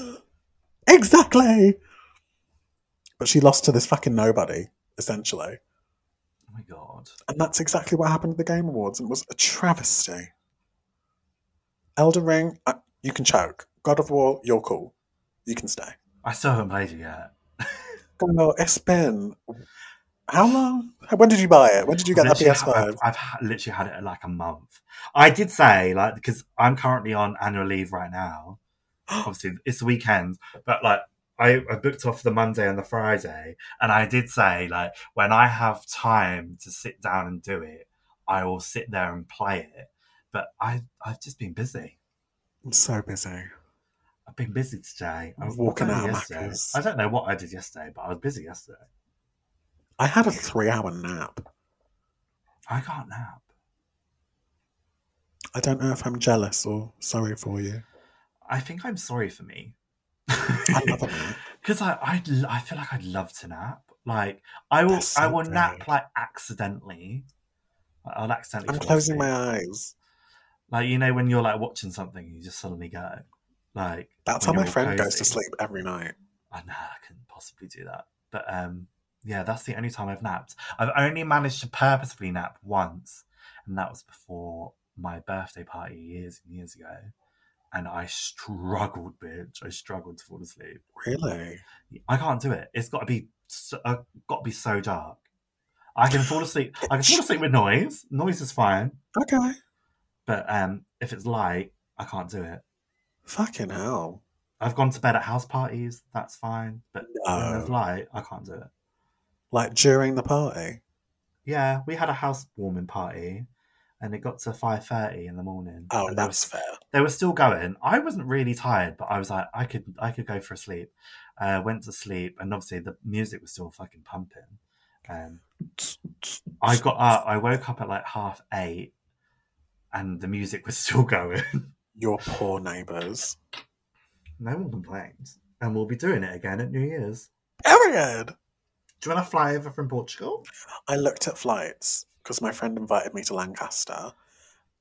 (laughs) exactly. But she lost to this fucking nobody, essentially. Oh my god. And that's exactly what happened at the Game Awards. And it was a travesty. Elden Ring, uh, you can choke. God of War, you're cool. You can stay. I still haven't played it yet. Girl, it's been. How long? When did you buy it? When did you get that Literally, PS5? I've, I've ha- literally had it like a month. I did say like because I'm currently on annual leave (gasps) right now. Obviously, it's the weekend, but like I, I booked off the Monday and the Friday, and I did say like when I have time to sit down and do it, I will sit there and play it. But I I've just been busy. I'm so busy. I've been busy today. I was Walking busy out of yesterday. Macca's. I don't know what I did yesterday, but I was busy yesterday. I had a three hour nap. I can't nap. I don't know if I'm jealous or sorry for you. I think I'm sorry for me. I love a (laughs) nap. Because I, I'd, l- I feel like I'd love to nap. Like I will, That's I so will nap good. like accidentally. Like, I'll accidentally. I'm fall closing my asleep. eyes. Like you know when you're like watching something, you just suddenly go. Like That's when how my you're all friend goes to cozy. sleep every night. I know I couldn't possibly do that. But um, yeah, that's the only time I've napped. I've only managed to purposefully nap once, and that was before my birthday party years and years ago. And I struggled, bitch. I struggled to fall asleep. Really? I can't do it. It's got to be so, uh, got to be so dark. I can fall asleep. I can fall asleep with noise. Noise is fine, Okay. but um, if it's light, I can't do it. Fucking hell. I've gone to bed at house parties. That's fine, but when there's No. light, I can't do it. Like during the party. Yeah, we had a housewarming party, and it got to five thirty in the morning. Oh, and there that's was fair. they were still going. I wasn't really tired, but I was like, I could I could go for a sleep. Uh, went to sleep, and obviously the music was still fucking pumping. Um, I got up. I woke up at like half eight, and the music was (laughs) still going. Your poor neighbours. no one complained, and we'll be doing it again at New Year's. Period. Do you want to fly over from Portugal? I looked at flights because my friend invited me to Lancaster.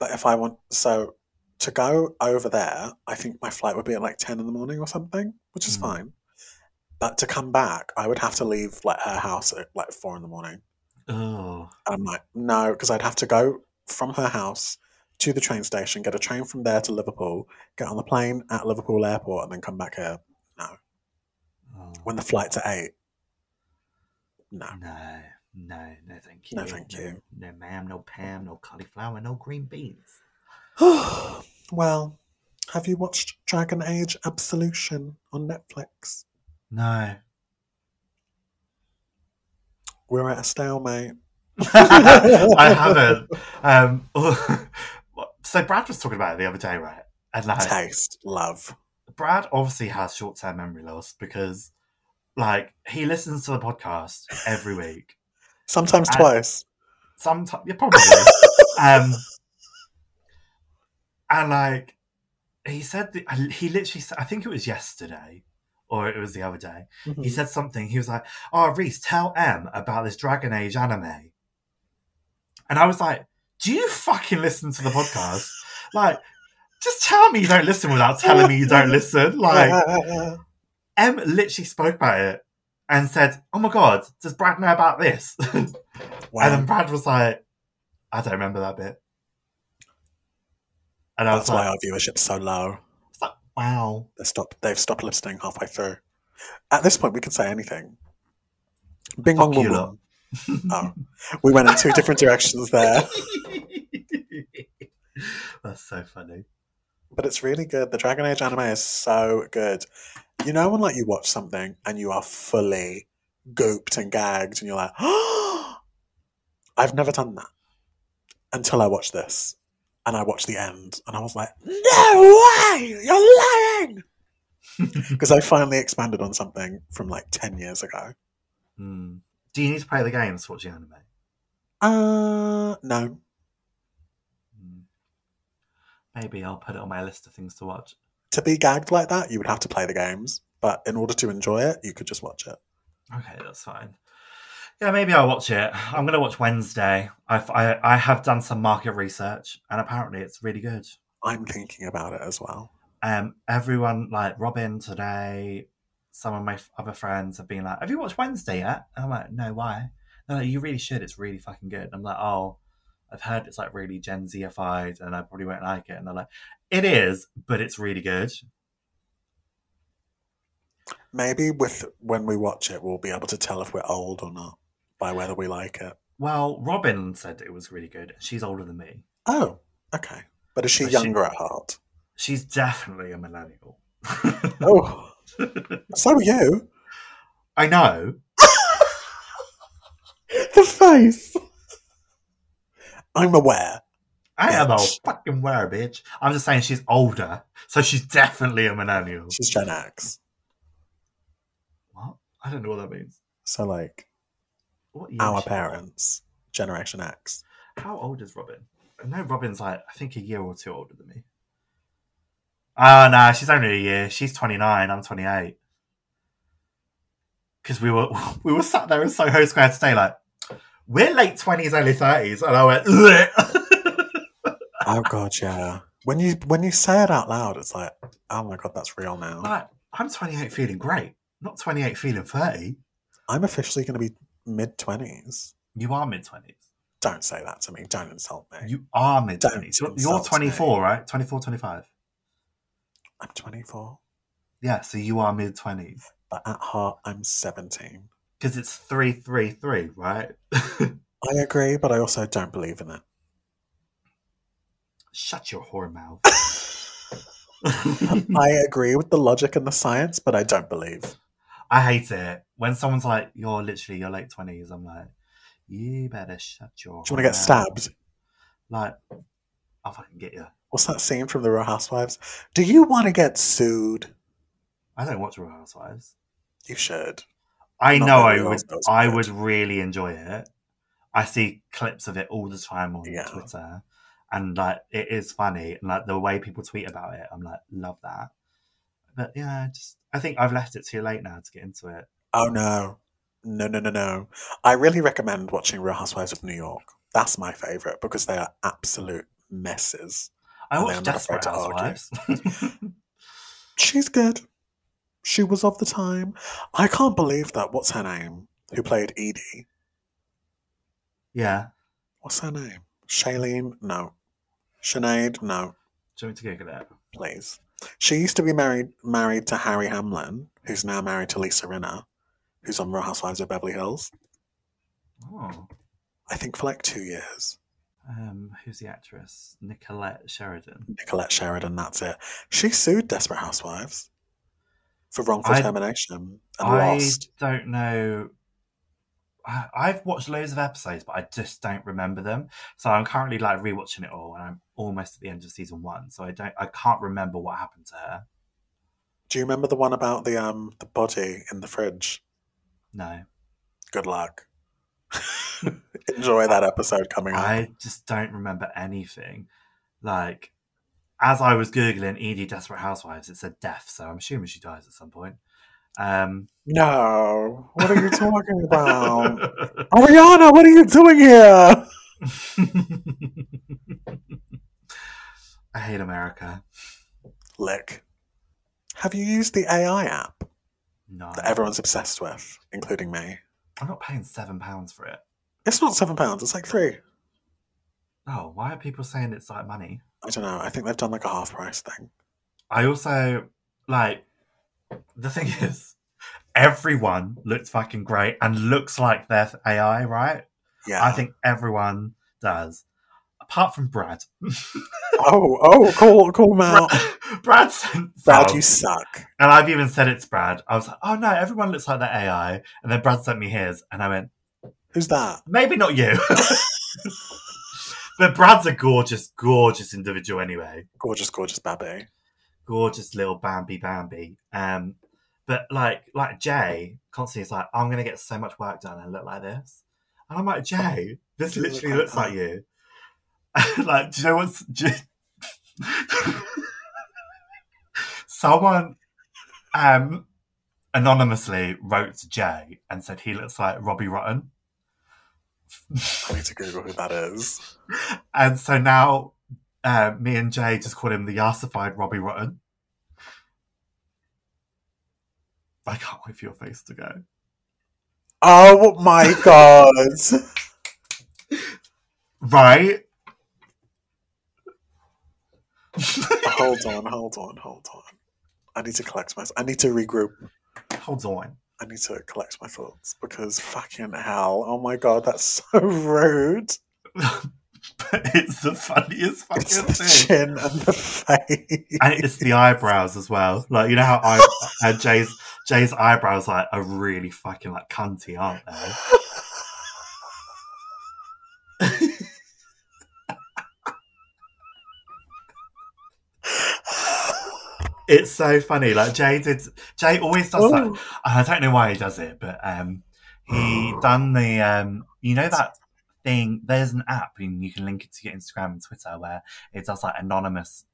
But if I want, so to go over there, I think my flight would be at like 10 in the morning or something, which is Mm. fine. But to come back, I would have to leave like her house at like 4 in the morning. Oh, And I'm like, no, because I'd have to go from her house to the train station, get a train from there to Liverpool, get on the plane at Liverpool airport, and then come back here oh. when the flight's at 8. No. (sighs) No, no, no, thank you. No, thank you. No, ma'am, no Pam, no cauliflower, no green beans. well, have you watched Dragon Age Absolution on Netflix? No. (laughs) We're at a stalemate. (laughs) I haven't. Um, (laughs) so Brad was talking about it the other day, right? And like, Taste, love. Brad obviously has short-term memory loss because, like, he listens to the podcast every week. Sometimes I- twice. Sometimes, yeah, probably. um, and like, he said, the, he literally, said, I think it was yesterday or it was the other day. he Mhm. said something. He was like, "Oh, Reese, tell M about this Dragon Age anime." And I was like, "Do you fucking listen to the podcast? Like, just tell me you don't listen without telling me you don't (laughs) listen." Like, M literally spoke about it and said, "Oh my god, does Brad know about this?" (laughs) and then wow. Brad was like, "I don't remember that bit." And I was That's why like, our viewership's so low. it's like, (laughs) "Wow, They stop, they've stopped listening halfway through. At this point, we can say anything. Bing Fuck bong you boom, lot. boom. Oh, we went in two different directions (laughs) there. That's so funny." But it's really good. The Dragon Age anime is so good. You know when like you watch something and you are fully gooped and gagged and you're like, (gasps) oh, I've never done that until I watched this. And I watched the end and I was like, no way, you're lying. Because I finally expanded on something from like 10 years ago. Mm. Do you need to play the games to watch the anime? Uh, no. Mm. Maybe I'll put it on my list of things to watch. To be gagged like that, you would have to play the games. But in order to enjoy it, you could just watch it. Okay, that's fine. Yeah, maybe I'll watch it. I'm going to watch Wednesday. I've, I I have done some market research, and apparently it's really good. I'm thinking about it as well. Um, everyone like Robin today. Some of my f- other friends have been like, "Have you watched Wednesday yet?" And I'm like, "No, why?" They're like, "You really should. It's really fucking good." I'm like, "Oh." I've heard it's like really Gen Zified, and I probably won't like it. And they're like, "It is, but it's really good." Maybe with when we watch it, we'll be able to tell if we're old or not by whether we like it. Well, Robin said it was really good. She's older than me. Oh, okay. But is she But she- younger at (laughs) heart? She's definitely a millennial. (laughs) Oh, so are you. I know. The face. (laughs) I'm aware. I am a Bitch. fucking wear, bitch. I'm just saying she's older, so she's definitely a millennial. She's Gen X. What? I don't know what that means. So, like, What year our is she? parents, Generation X. How old is Robin? I know Robin's like, I think a year or two older than me. Oh, no, she's only a year. She's 29. I'm 28. Because we were (laughs) we were sat there in Soho Square today, like, we're late 20s, early 30s. And I went, (laughs) "Ugh." Oh, God, yeah. When you when you say it out loud, it's like, oh my God, that's real now. like, I'm 28 feeling great, not 28 feeling 30. I'm officially going to be mid 20s. You are mid 20s. Don't say that to me. Don't insult me. You are mid Don't 20s. You're, you're insult me. 24, right? 24, 25. I'm 24, Yeah, so you are mid 20s but at heart, I'm 17. because it's 333, right? (laughs) I agree, but I also don't believe in it. Shut your whore mouth. I agree with the logic and the science, but I don't believe. I hate it when someone's like, "You're literally your late twenties. I'm like, "You better shut your." Do you want to whore get mouth." stabbed? Like, I'll fucking get you. What's that scene from The Real Housewives? Do you want to get sued? I don't watch Real Housewives. You should. I Not know that I Real would. Housewives I bad. would really enjoy it. I see clips of it all the time on Yeah. Twitter, and like it is funny, and like the way people tweet about it, I'm like, love that. But yeah, just I think I've left it too late now to get into it. Oh no. No, no, no, no. I really recommend watching Real Housewives of New York. That's my favourite because they are absolute messes. I And watched they're not afraid Desperate to argue. Housewives. (laughs) She's good. She was of the time. I can't believe that. What's her name? Who played Edie? yeah, What's her name? Shailene? No. Sinead? No. do you want me to Google it? please. She used to be married married to Harry Hamlin, who's now married to Lisa Rinna, who's on Real Housewives of Beverly Hills. Oh, I think for like two years. um, who's the actress? Nicolette Sheridan. Nicolette Sheridan, that's it. She sued Desperate Housewives for wrongful I- termination and I lost. don't know. I, I've watched loads of episodes, but I just don't remember them. So I'm currently like rewatching it all, and I'm almost at the end of season one. So I don't, I can't remember what happened to her. Do you remember the one about the um the body in the fridge? No, Good luck. (laughs) Enjoy that episode coming up. I just don't remember anything. Like, as I was googling Edie Desperate Housewives, it said death, so I'm assuming she dies at some point. Um, No. What are you talking (laughs) about? Ariana, what are you doing here? I hate America. Lick. Have you used the AI app No, that everyone's obsessed with, including me? I'm not paying seven pounds for it. It's not seven pounds, it's like three. Oh, why are people saying it's like money? I don't know. I think they've done like a half price thing. I also like the thing (laughs) is, everyone looks fucking great and looks like their AI, right? Yeah. I think everyone does, apart from Brad. Oh, oh, cool, cool, Mal. Brad, (laughs) Brad sent Brad, Sal- you suck. and I've even said it to Brad. I was like, oh no, everyone looks like their AI, and then Brad sent me his, and I went. Who's that? Maybe not you. but Brad's a gorgeous, gorgeous individual anyway. Gorgeous, gorgeous Babby. Gorgeous little Bambi Bambi. Um, but like like Jay constantly is like, I'm gonna get so much work done and look like this. And I'm like, Jay, this You look literally like looks like that." you. like, do you (laughs) know what's do you- (laughs) someone um anonymously wrote to Jay and said he looks like Robbie Rotten. (laughs) I need to Google who that is. And so now uh, me and Jay just call him the Yarsified Robbie Rotten. I can't wait for your face to go. Oh (laughs) my god. Right? hold on, hold on, hold on. I need to collect myself. I need to regroup. Hold on. (laughs) I need to collect my thoughts because fucking hell. Oh my god, that's (laughs) so rude. but it's the funniest fucking It's the thing. chin and the face. (laughs) And it's the eyebrows as well. Like you know how I uh, Jay's Jay's eyebrows like are really fucking like cunty, aren't they? It's so funny. Like Jay did. Jay always does that. Oh, I don't know why he does it, but um, he done the um, you know that thing. There's an app, and you can link it to your Instagram and Twitter, where it does like anonymous.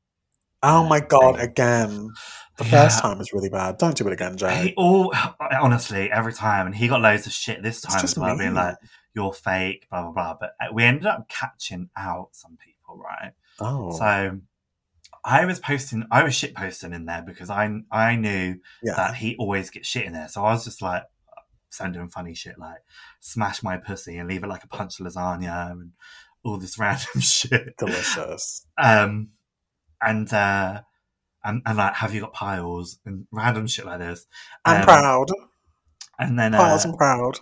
oh my god, again. The first Yeah. time is really bad. Don't do it again, He Jay. all honestly every time, and he got loads of shit this It's time as just well, mean. being like you're fake, blah blah blah. But uh, we ended up catching out some people, right? Oh, So I was posting, I was shit posting in there because I I knew yeah. that he always gets shit in there. So I was just like sending funny shit like smash my pussy and leave it like a punch of lasagna and all this (laughs) random shit. (laughs) Delicious. Um and uh and, and like have you got piles and random shit like this. I'm Um, proud. And then uh, Piles and proud.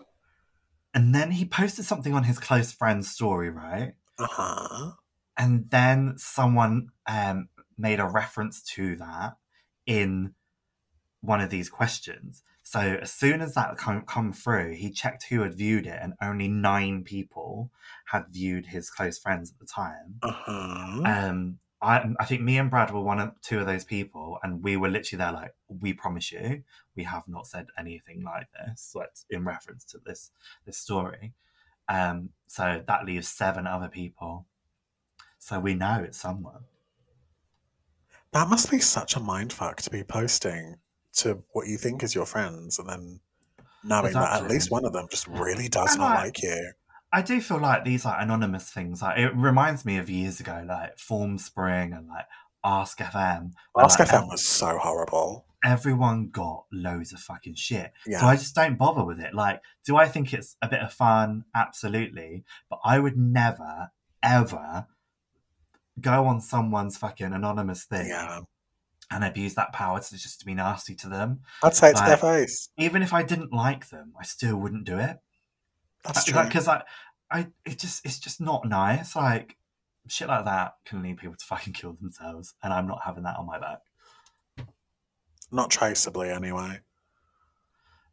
And then he posted something on his close friend's story, right? Uh huh. And then someone um, made a reference to that in one of these questions. So as soon as that come, come through, he checked who had viewed it, and only nine people had viewed his close friends at the time. Uh huh. Um, I, I think me and Brad were one of two of those people, and we were literally there like, we promise you, we have not said anything like this, like in reference to this this story. Um, so that leaves seven other people. So we know it's someone. That must be such a mindfuck to be posting to what you think is your friends and then knowing that at Exactly. least one of them just really does And not I- like you. I do feel like these like anonymous things, like it reminds me of years ago, like Form Spring and like Ask FM. where, Ask like, FM ev- was so horrible. Everyone got loads of fucking shit. Yeah. So I just don't bother with it. Like, do I think it's a bit of fun? Absolutely. But I would never, ever go on someone's fucking anonymous thing yeah. and abuse that power to just to be nasty to them. I'd say it to their Like- face. Even if I didn't like them, I still wouldn't do it. That's true. because I, I, it just it's just not nice. Like shit like that can lead people to fucking kill themselves, and I'm not having that on my back. Not traceably, anyway.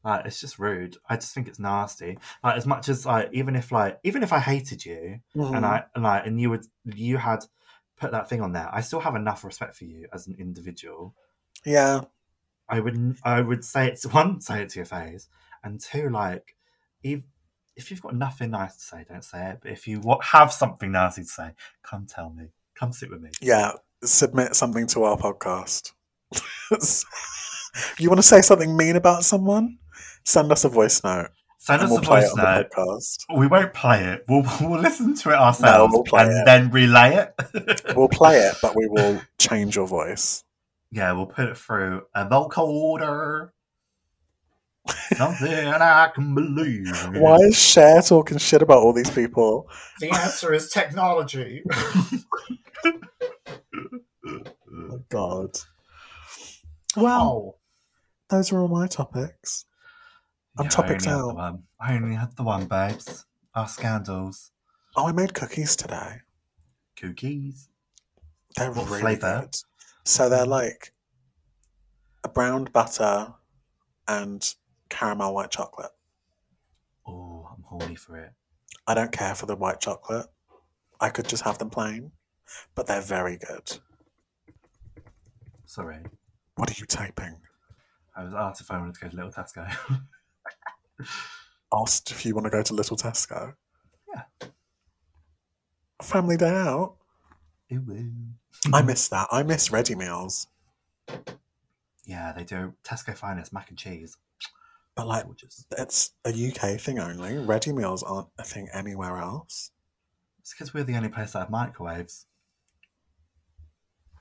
Like it's just rude. I just think it's nasty. Like as much as like even if like even if I hated you and Mm. I and like and you would you had put that thing on there, I still have enough respect for you as an individual. yeah. I would I would say it's (laughs) one say it to your face, and two like if if you've got nothing nice to say, don't say it. But if you what have something nasty to say, come tell me. Come sit with me. Yeah. Submit something to our podcast. (laughs) you want to say something mean about someone? Send us a voice note Send and us we'll a play voice it on note. the podcast. We won't play it. We'll, (laughs) we'll listen to it ourselves we'll play and it. then relay it. (laughs) We'll play it, but we will change your voice. yeah, we'll put it through a vocal order. Something I can believe. in. (laughs) Why is Cher talking shit about all these people? The answer is technology. Oh, God. Oh. Well, Oh. those are all my topics. I'm Yeah, topics I only had the out. one. I only had the one, babes. Our scandals. Oh, I made cookies today. Cookies. They're What really flavour? good. So they're like a browned butter and caramel white chocolate. Oh, I'm horny for it. I don't care for the white chocolate. I could just have them plain, but they're very good. Sorry. What are you typing? I was asked if I wanted to go to Little Tesco. (laughs) Asked if you want to go to Little Tesco. Yeah. Family day out. Ooh, ooh. Mm-hmm. I miss that. I miss ready meals. Yeah, they do Tesco finest mac and cheese. But like, Gorgeous. it's a UK thing only. Ready meals aren't a thing anywhere else. It's because we're the only place that have microwaves. (laughs)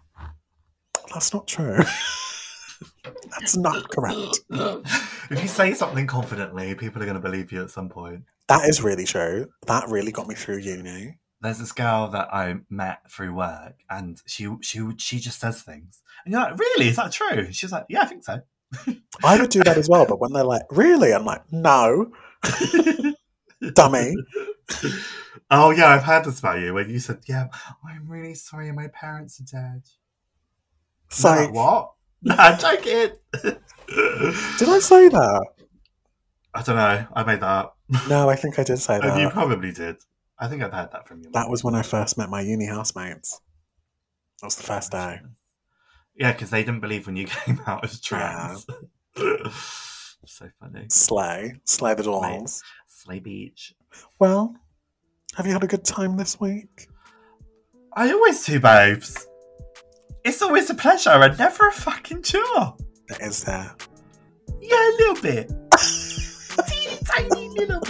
That's not true. (laughs) That's not correct. if you say something confidently, people are going to believe you at some point. That is really true. That really got me through uni. There's this girl that I met through work, and she she she just says things, and you're like, "Really? Is that true?" She's like, "Yeah, I (laughs) think so." I would do that as well, but when they're like, really? I'm like, no, (laughs) dummy. oh yeah, I've heard this about you. When you said, "Yeah, I'm really sorry, my parents are dead." It's like, (laughs) Nah, what? Nah, take it. did I say that? I don't know. I made that up. No, I think I did say And you that. probably did. I think I've heard that from you. That was when I first met my uni housemates. That was the first day. Yeah, because they didn't believe when you (laughs) came out as trans. Ah. (laughs) so funny. Slay, slay the dolls. Slay Beach. Well, have you had a good time this week? I always do, babes. It's always a pleasure and never a fucking chore. It is there. Yeah, a little bit. Teeny tiny little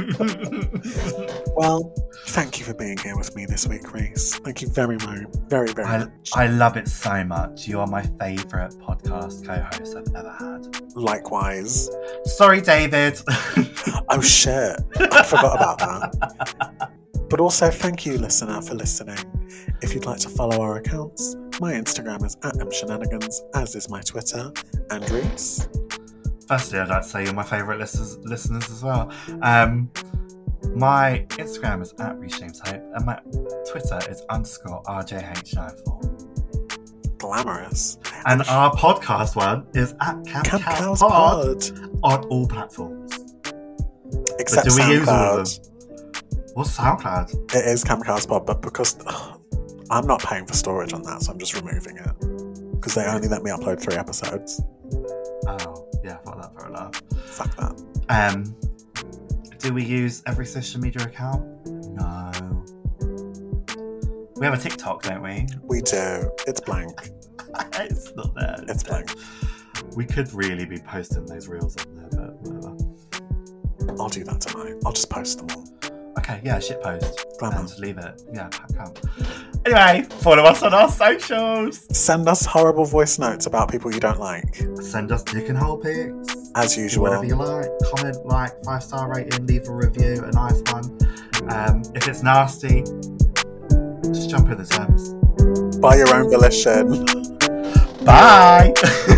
bit. Well, thank you for being here with me this week, Reese. Thank you very much. Very, very I, much. I love it so much. You are my favourite podcast co host I've ever had. Likewise. Sorry, David. (laughs) Oh shit. I forgot about that. (laughs) But also, thank you, listener, for listening. If you'd like to follow our accounts, my Instagram is at mshenanigans, as is my Twitter, and Reese. firstly, I'd like to say you're my favourite listeners, listeners as well. Um, my Instagram is at Reece James Hope, and my Twitter is underscore RJH94. Glamorous. And our podcast one is at Camp, Camp Cows Cows Pod Pod. on all platforms. Except do we use all of SoundCloud. What's SoundCloud? It is Camp Cows Pod, but because ugh, I'm not paying for storage on that, so I'm just removing it. Because they only let me upload three episodes. Oh, yeah, I thought that fair enough. Fuck that. Um, do we use every social media account? No. We have a TikTok, don't we? (laughs) We do. It's blank. it's not there. It's blank. We could really be posting those reels up there, but whatever. I'll do that tonight. I'll just post them all. Okay, yeah, shit post. Glamour. And leave it. Yeah, pack up. Anyway, follow us on our socials. Send us horrible voice notes about people you don't like, Send us dick and hole pics. as do whatever you usual. like. Comment, like, five star rating, leave a review, a nice one. Um, if it's nasty, just jump in the terms. By your own volition. (laughs) Bye.